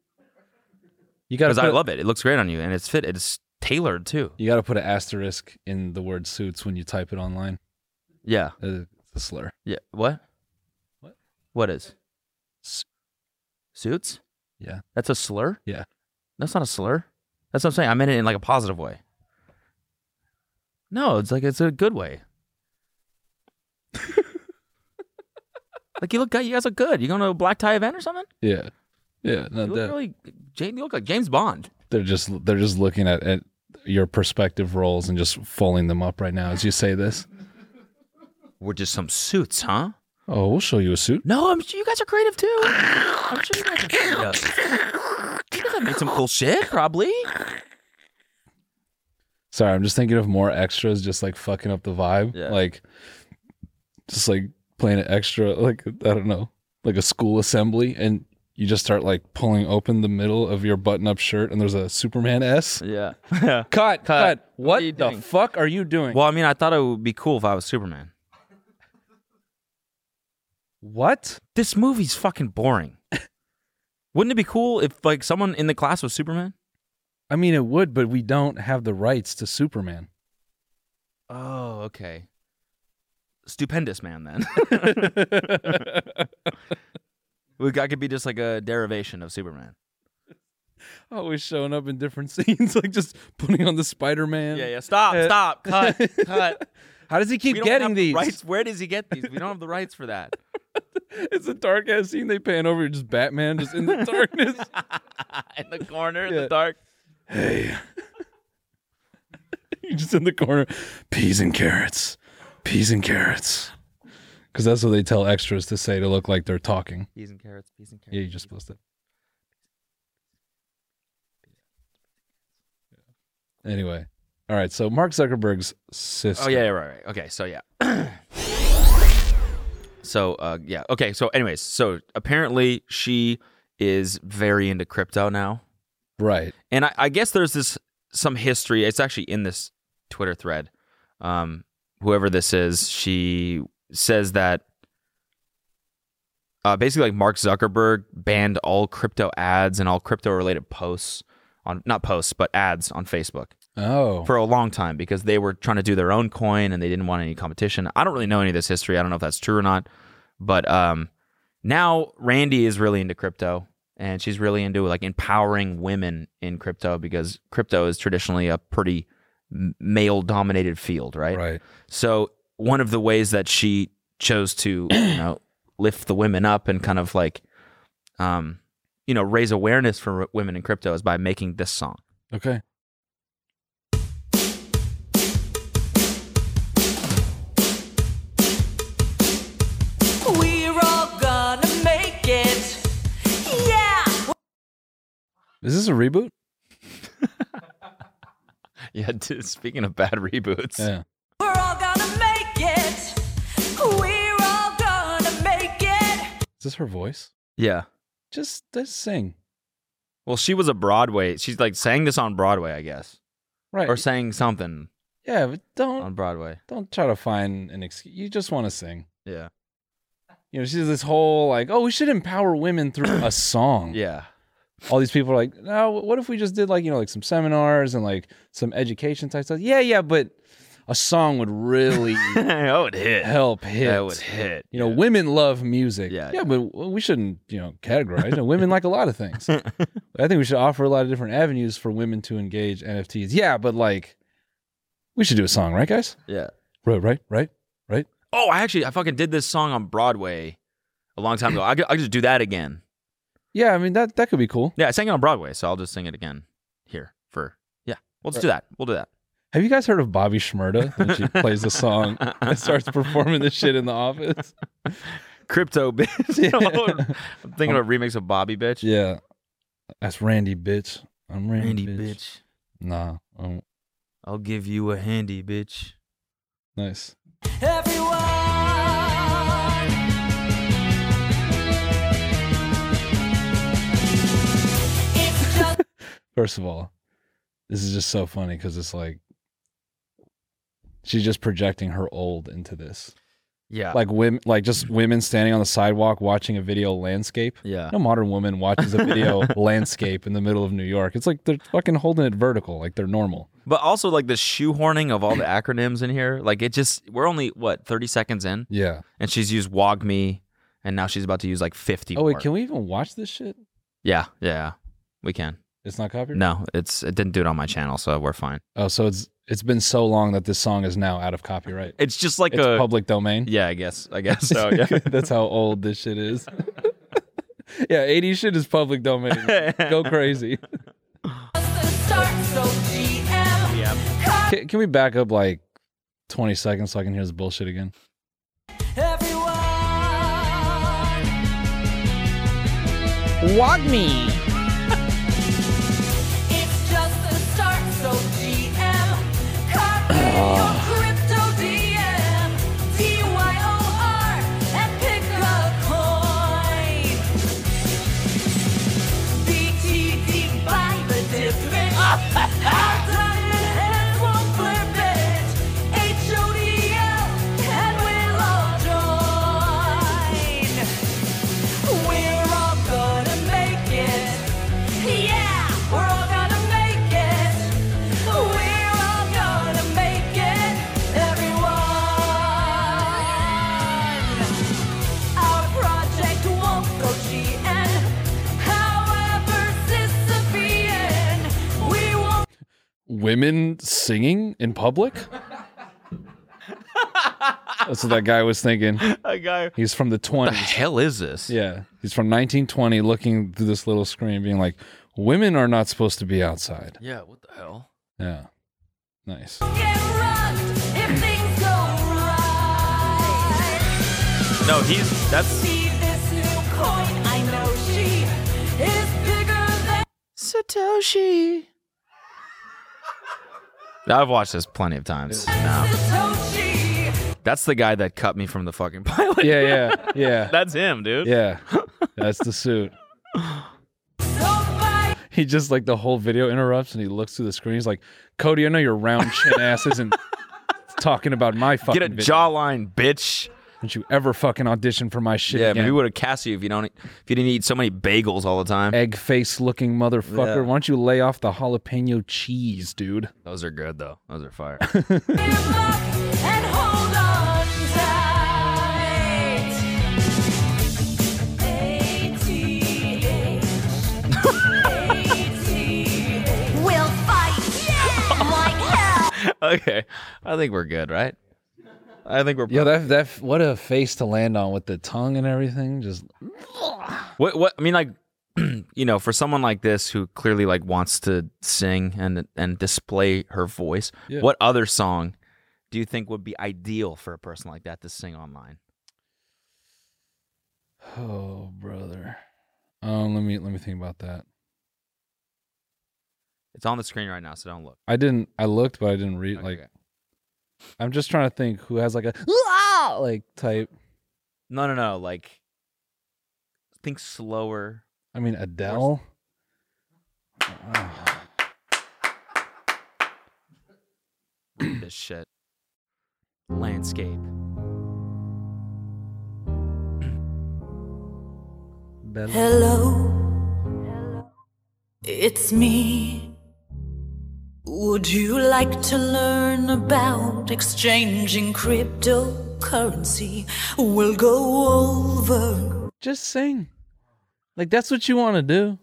Speaker 1: You got
Speaker 2: Because
Speaker 1: to
Speaker 2: I love it. It looks great on you, and it's fit. It's tailored too.
Speaker 1: You got to put an asterisk in the word suits when you type it online.
Speaker 2: Yeah.
Speaker 1: Uh, It's a slur.
Speaker 2: Yeah. What?
Speaker 1: What?
Speaker 2: What is?
Speaker 1: Su-
Speaker 2: Suits?
Speaker 1: Yeah.
Speaker 2: That's a slur.
Speaker 1: Yeah.
Speaker 2: That's not a slur. That's what I'm saying. I meant it in like a positive way. No, it's like it's a good way. like you look, good- you guys look good. You going to a black tie event or something?
Speaker 1: Yeah. Yeah, not that.
Speaker 2: You look really, James, you look like James Bond.
Speaker 1: they're just they're just looking at, at your perspective roles and just folding them up right now as you say this.
Speaker 2: We're just some suits, huh?
Speaker 1: Oh, we'll show you a suit.
Speaker 2: No, I'm sure you guys are creative too. I'm sure you guys are creative. You guys have made some cool shit, probably.
Speaker 1: Sorry, I'm just thinking of more extras, just like fucking up the vibe,
Speaker 2: Yeah.
Speaker 1: like just like playing an extra, like I don't know, like a school assembly, and you just start like pulling open the middle of your button-up shirt, and there's a Superman S.
Speaker 2: Yeah.
Speaker 1: Cut, cut.
Speaker 2: What
Speaker 1: What,
Speaker 2: are you
Speaker 1: the
Speaker 2: doing?
Speaker 1: fuck are you doing?
Speaker 2: Well, I mean, I thought it would be cool if I was Superman.
Speaker 1: What?
Speaker 2: This movie's fucking boring. Wouldn't it be cool if like someone in the class was Superman?
Speaker 1: I mean, it would, but we don't have the rights to Superman.
Speaker 2: Oh, okay. Stupendous man, then. we got could be just like a derivation of Superman.
Speaker 1: Always showing up in different scenes, like just putting on the Spider-Man.
Speaker 2: Yeah, yeah. Stop,
Speaker 1: Uh,
Speaker 2: stop, cut, cut.
Speaker 1: How does he
Speaker 2: We
Speaker 1: keep
Speaker 2: don't
Speaker 1: getting
Speaker 2: have the
Speaker 1: these?
Speaker 2: rights. Where does he get these? We don't have the rights for that.
Speaker 1: It's a dark ass scene. They pan over, just Batman, just in the darkness.
Speaker 2: in the corner, in
Speaker 1: Yeah.
Speaker 2: the dark.
Speaker 1: hey, you're just in the corner, peas and carrots, peas and carrots, because that's what they tell extras to say to look like they're talking.
Speaker 2: Peas and carrots, peas and carrots.
Speaker 1: Yeah, you're just supposed to. Anyway, all right. So Mark Zuckerberg's sister.
Speaker 2: Oh yeah, yeah, right, right. Okay, so yeah. so uh, yeah, okay. So anyways, so apparently she is very into crypto now,
Speaker 1: right.
Speaker 2: and I, I guess there's this some history. It's actually in this Twitter thread. Um, whoever this is, she says that. Uh, basically, like Mark Zuckerberg banned all crypto ads and all crypto related posts on not posts but ads on Facebook
Speaker 1: Oh,
Speaker 2: for a long time because they were trying to do their own coin and they didn't want any competition. I don't really know any of this history. I don't know if that's true or not. But um, now Randy is really into crypto and she's really into like empowering women in crypto because crypto is traditionally a pretty male dominated field, right?
Speaker 1: right.
Speaker 2: So one of the ways that she chose to, you know, lift the women up and kind of like, um, you know, raise awareness for women in crypto is by making this song.
Speaker 1: Okay.
Speaker 8: We're all gonna make it. Yeah.
Speaker 1: Is this a reboot?
Speaker 2: Yeah, dude, speaking of bad reboots.
Speaker 1: Yeah.
Speaker 8: We're all gonna make it. We're all gonna make it.
Speaker 1: Is this her voice?
Speaker 2: Yeah.
Speaker 1: Just just sing.
Speaker 2: Well, she was a Broadway. She's like sang this on Broadway, I guess,
Speaker 1: Right.
Speaker 2: or sang something
Speaker 1: yeah, but don't
Speaker 2: Um, on Broadway.
Speaker 1: don't try to find an excuse. You just want to sing.
Speaker 2: Yeah.
Speaker 1: you know, she does this whole like, oh, we should empower women through a song.
Speaker 2: Yeah.
Speaker 1: All these people are like, no, what if we just did like, you know, like some seminars and like some education type stuff? Yeah, yeah, but a song would really
Speaker 2: oh, it hit.
Speaker 1: help hit.
Speaker 2: That would hit.
Speaker 1: You know,
Speaker 2: yeah.
Speaker 1: women love music.
Speaker 2: Yeah,
Speaker 1: yeah,
Speaker 2: yeah.
Speaker 1: but we shouldn't, you know, categorize. You know, women like a lot of things. I think we should offer a lot of different avenues for women to engage NFTs. Yeah, but like, we should do a song, right, guys?
Speaker 2: yeah.
Speaker 1: Right, right, right.
Speaker 2: Oh, I actually I fucking did this song on Broadway a long time ago. I could, I could just do that again.
Speaker 1: Yeah, I mean that that could be cool.
Speaker 2: Yeah, I sang it on Broadway, so I'll just sing it again here for yeah. Let's do that. We'll do that.
Speaker 1: Have you guys heard of Bobby Shmurda? When she plays the song and starts performing this shit in the office.
Speaker 2: Crypto bitch.
Speaker 1: Yeah.
Speaker 2: I'm thinking of a remix of Bobby bitch.
Speaker 1: Yeah, that's Randy bitch. I'm Randy,
Speaker 2: Handy
Speaker 1: bitch.
Speaker 2: bitch.
Speaker 1: Nah, um,
Speaker 2: I'll give you a handy bitch.
Speaker 1: nice.
Speaker 8: Everyone, it's just
Speaker 1: First of all, this is just so funny because it's like she's just projecting her old into this.
Speaker 2: Yeah.
Speaker 1: Like women, like just women standing on the sidewalk watching a video landscape.
Speaker 2: yeah.
Speaker 1: No modern woman watches a video landscape in the middle of New York. It's like they're fucking holding it vertical, like they're normal.
Speaker 2: But also like the shoehorning of all the acronyms in here. Like it just we're only what 30 seconds in
Speaker 1: Yeah.
Speaker 2: and she's used wog me and now she's about to use like 50
Speaker 1: Oh wait,
Speaker 2: more.
Speaker 1: can we even watch this shit?
Speaker 2: Yeah, yeah. We can.
Speaker 1: It's not copyrighted.
Speaker 2: No, it's it didn't do it on my channel, so we're fine.
Speaker 1: Oh, so it's it's been so long that this song is now out of copyright.
Speaker 2: It's just like
Speaker 1: it's
Speaker 2: a
Speaker 1: public domain.
Speaker 2: yeah, I guess. I guess so. Yeah.
Speaker 1: That's how old this shit is. yeah, 80 shit is public domain. Go crazy.
Speaker 8: the start, so GM.
Speaker 1: Can, can we back up like 20 seconds so I can hear this bullshit again?
Speaker 8: Everyone, it's just the start, so GM. Copy your crypto DM, DYOR, and pick a coin. BTD by the difference. I've done it and won't flip it. HODL, and we'll all join. We're all gonna make it. Yeah, we're all gonna make it. We're all gonna make it, everyone. Our project won't go GN. However, Sisyphean, we won't
Speaker 1: Women singing in public? That's what that guy was thinking.
Speaker 2: a guy.
Speaker 1: He's from the 20s.
Speaker 2: The hell is this?
Speaker 1: Yeah. He's from 1920 looking through this little screen being like, women are not supposed to be outside.
Speaker 2: Yeah, what the hell?
Speaker 1: Yeah. Nice.
Speaker 8: get rocked if things go right.
Speaker 2: No, he's that's
Speaker 8: See this new coin, I know she is bigger than
Speaker 2: Satoshi. I've watched this plenty of times.
Speaker 8: Satoshi.
Speaker 2: That's the guy that cut me from the fucking pilot.
Speaker 1: Yeah, yeah, yeah.
Speaker 2: That's him, dude.
Speaker 1: Yeah. That's the suit.
Speaker 8: Nobody
Speaker 1: He just like the whole video interrupts and he looks through the screen. He's like, Cody, I know your round chin ass isn't talking about my fucking
Speaker 2: Get a
Speaker 1: video.
Speaker 2: jawline, bitch.
Speaker 1: Don't you ever fucking audition for my shit
Speaker 2: Yeah,
Speaker 1: again.
Speaker 2: maybe we would have cast you if you don't e, if you didn't eat so many bagels all the time.
Speaker 1: Egg face looking motherfucker.
Speaker 2: Yeah.
Speaker 1: Why don't you lay off the jalapeno cheese, dude?
Speaker 2: Those are good though. Those are fire.
Speaker 8: give up and hold on tight. ATH. ATH. We'll fight yeah! like hell.
Speaker 2: okay. I think we're good, right? I think we're
Speaker 1: Yeah, that that what a face to land on with the tongue and everything. Just
Speaker 2: What what I mean like you know, for someone like this who clearly like wants to sing and and display her voice,
Speaker 1: Yeah.
Speaker 2: what other song do you think would be ideal for a person like that to sing online?
Speaker 1: oh brother. Um, let me let me think about that.
Speaker 2: It's on the screen right now, so don't look.
Speaker 1: I didn't. I looked, but I didn't read. Like, I'm just trying to think who has like a "Ah!" like type.
Speaker 2: No, no, no. Like think slower.
Speaker 1: I mean Adele. Ah.
Speaker 2: this shit. Landscape.
Speaker 1: Bella.
Speaker 8: Hello. It's me. Would you like to learn about exchanging cryptocurrency? We'll go over.
Speaker 1: Just sing. Like that's what you want to do.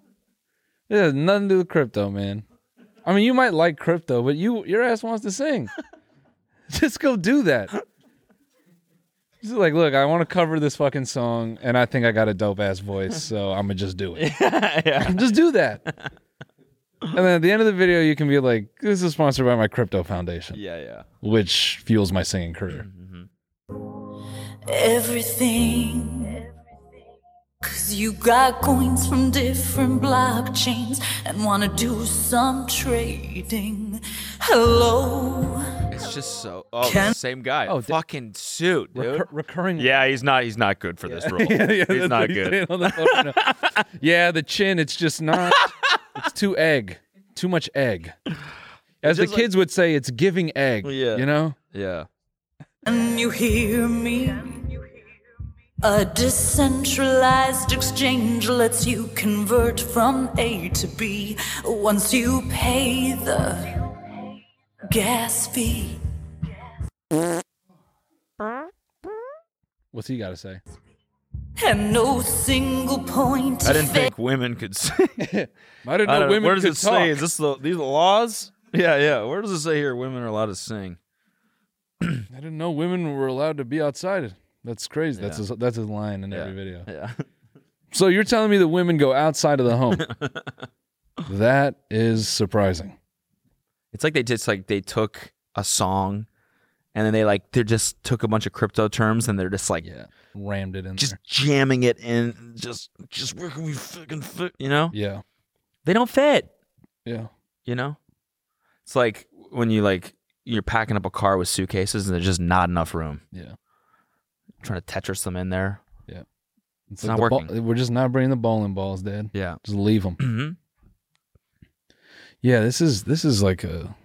Speaker 1: It has nothing to do with crypto, man. I mean, you might like crypto, but you your ass wants to sing. Just go do that. Just like, look, I want to cover this fucking song, and I think I got a dope ass voice, so I'm gonna just do it. Just do that. And then at the end of the video, you can be like, "This is sponsored by my crypto foundation,
Speaker 2: Yeah, yeah.
Speaker 1: which fuels my singing career."
Speaker 8: everything. Cause you got coins from different blockchains and wanna do some trading. Hello.
Speaker 2: It's just so. Oh, it's
Speaker 8: Can-
Speaker 2: the same guy.
Speaker 1: Oh,
Speaker 2: Oh,
Speaker 1: the-
Speaker 2: fucking suit, dude.
Speaker 1: Recur- recurring
Speaker 2: yeah, he's not. He's not good for this role.
Speaker 1: yeah, yeah,
Speaker 2: he's
Speaker 1: that's
Speaker 2: not
Speaker 1: what he's
Speaker 2: good.
Speaker 1: saying on the phone right now. yeah, the chin, it's just not. it's too egg. Too much egg. As the
Speaker 2: Just like-
Speaker 1: kids would say, it's giving egg.
Speaker 2: Yeah.
Speaker 1: You know?
Speaker 2: Yeah.
Speaker 8: Can you hear me? A decentralized exchange lets you convert from A to B once you pay the gas fee.
Speaker 1: What's he got to say?
Speaker 8: And no single point
Speaker 2: I didn't
Speaker 8: of
Speaker 2: think women could sing.
Speaker 1: I didn't know
Speaker 2: I don't know.
Speaker 1: women
Speaker 2: Where does
Speaker 1: could
Speaker 2: it
Speaker 1: talk.
Speaker 2: say? Is this the, these the laws? Yeah, yeah. Where does it say here women are allowed to sing?
Speaker 1: I didn't know women were allowed to be outside. That's crazy. That's his, that's his line in every
Speaker 2: Yeah.
Speaker 1: video.
Speaker 2: Yeah.
Speaker 1: So you're telling me that women go outside of the home? that is surprising.
Speaker 2: It's like they just like they took a song, and then they like they just took a bunch of crypto terms and they're just like
Speaker 1: Yeah, rammed it in
Speaker 2: just
Speaker 1: there.
Speaker 2: jamming it in. Just just where can we fucking fit? You know
Speaker 1: Yeah,
Speaker 2: they don't fit.
Speaker 1: yeah.
Speaker 2: You know, it's like when you like you're packing up a car with suitcases and there's just not enough room.
Speaker 1: Yeah.
Speaker 2: trying to Tetris them in there.
Speaker 1: It's,
Speaker 2: not
Speaker 1: the bo-
Speaker 2: working.
Speaker 1: we're just not bringing the bowling balls, Dad.
Speaker 2: Yeah.
Speaker 1: Just leave them.
Speaker 2: hmm
Speaker 1: Yeah, this is this is like a.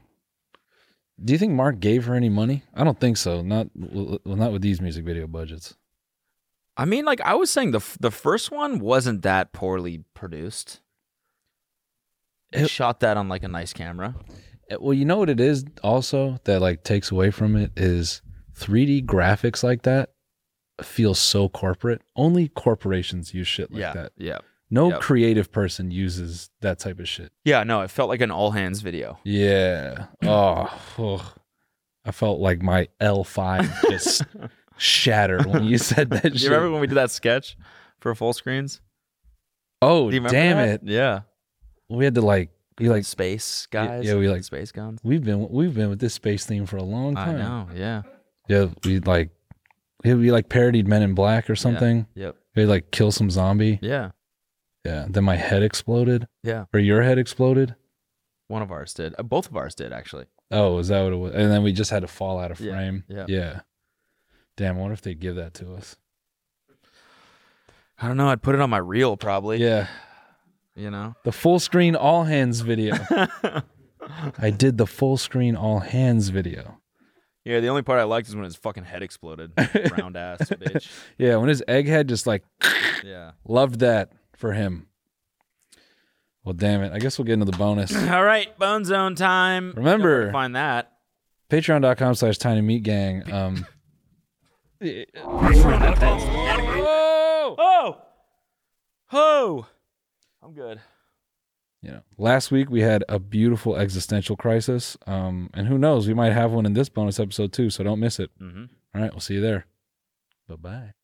Speaker 1: Do you think Mark gave her any money? I don't think so. Not well, not with these music video budgets.
Speaker 2: I mean, like I was saying, the f- the first one wasn't that poorly produced. It,
Speaker 1: It-
Speaker 2: shot that on like a nice camera.
Speaker 1: Eh, Well, you know what it is also that like takes away from it is 3D graphics like that feel so corporate. Only corporations use shit like
Speaker 2: yeah,
Speaker 1: that.
Speaker 2: yeah,
Speaker 1: No
Speaker 2: Yep.
Speaker 1: creative person uses that type of shit.
Speaker 2: yeah. No, it felt like an all hands video.
Speaker 1: Yeah. Oh, ugh. I felt like my L5 just shattered when you said that
Speaker 2: Do
Speaker 1: shit.
Speaker 2: you remember when we did that sketch for full screens?
Speaker 1: oh,
Speaker 2: Do you remember
Speaker 1: damn it.
Speaker 2: that? Yeah,
Speaker 1: We had to like you like
Speaker 2: space
Speaker 1: Y-
Speaker 2: guys.
Speaker 1: yeah, we, like-
Speaker 2: space guns.
Speaker 1: we've been we've been with this space theme for a long
Speaker 2: I
Speaker 1: time.
Speaker 2: know. Yeah.
Speaker 1: Yeah, we like yeah, we like parodied Men in Black or something.
Speaker 2: Yep.
Speaker 1: We like kill some zombie.
Speaker 2: Yeah.
Speaker 1: Yeah. Then my head exploded
Speaker 2: Yeah.
Speaker 1: or your head exploded.
Speaker 2: One of ours did. Uh, both of ours did actually.
Speaker 1: Oh, is that what it was? And then we just had to fall out of
Speaker 2: Yeah,
Speaker 1: frame.
Speaker 2: yeah.
Speaker 1: Yeah. Damn, I wonder if they'd give that to us.
Speaker 2: I don't know. I'd put it on my reel probably.
Speaker 1: Yeah.
Speaker 2: You know.
Speaker 1: The full screen all hands video. I did the full screen all hands video.
Speaker 2: Yeah. The only part I liked is when his fucking head exploded. Round ass bitch.
Speaker 1: Yeah, when his egghead just like
Speaker 2: Yeah.
Speaker 1: loved that for him. Well, damn it. I guess we'll get into the bonus.
Speaker 2: All right, Bone Zone time.
Speaker 1: Remember-
Speaker 2: Don't worry to find that.
Speaker 1: patreon.com slash tiny meat gang um
Speaker 2: Oh, oh, oh! I'm good.
Speaker 1: you know last week we had a beautiful existential crisis um and who knows we might have one in this bonus episode too so don't miss it
Speaker 2: Mhm.
Speaker 1: All right we'll see you there bye-bye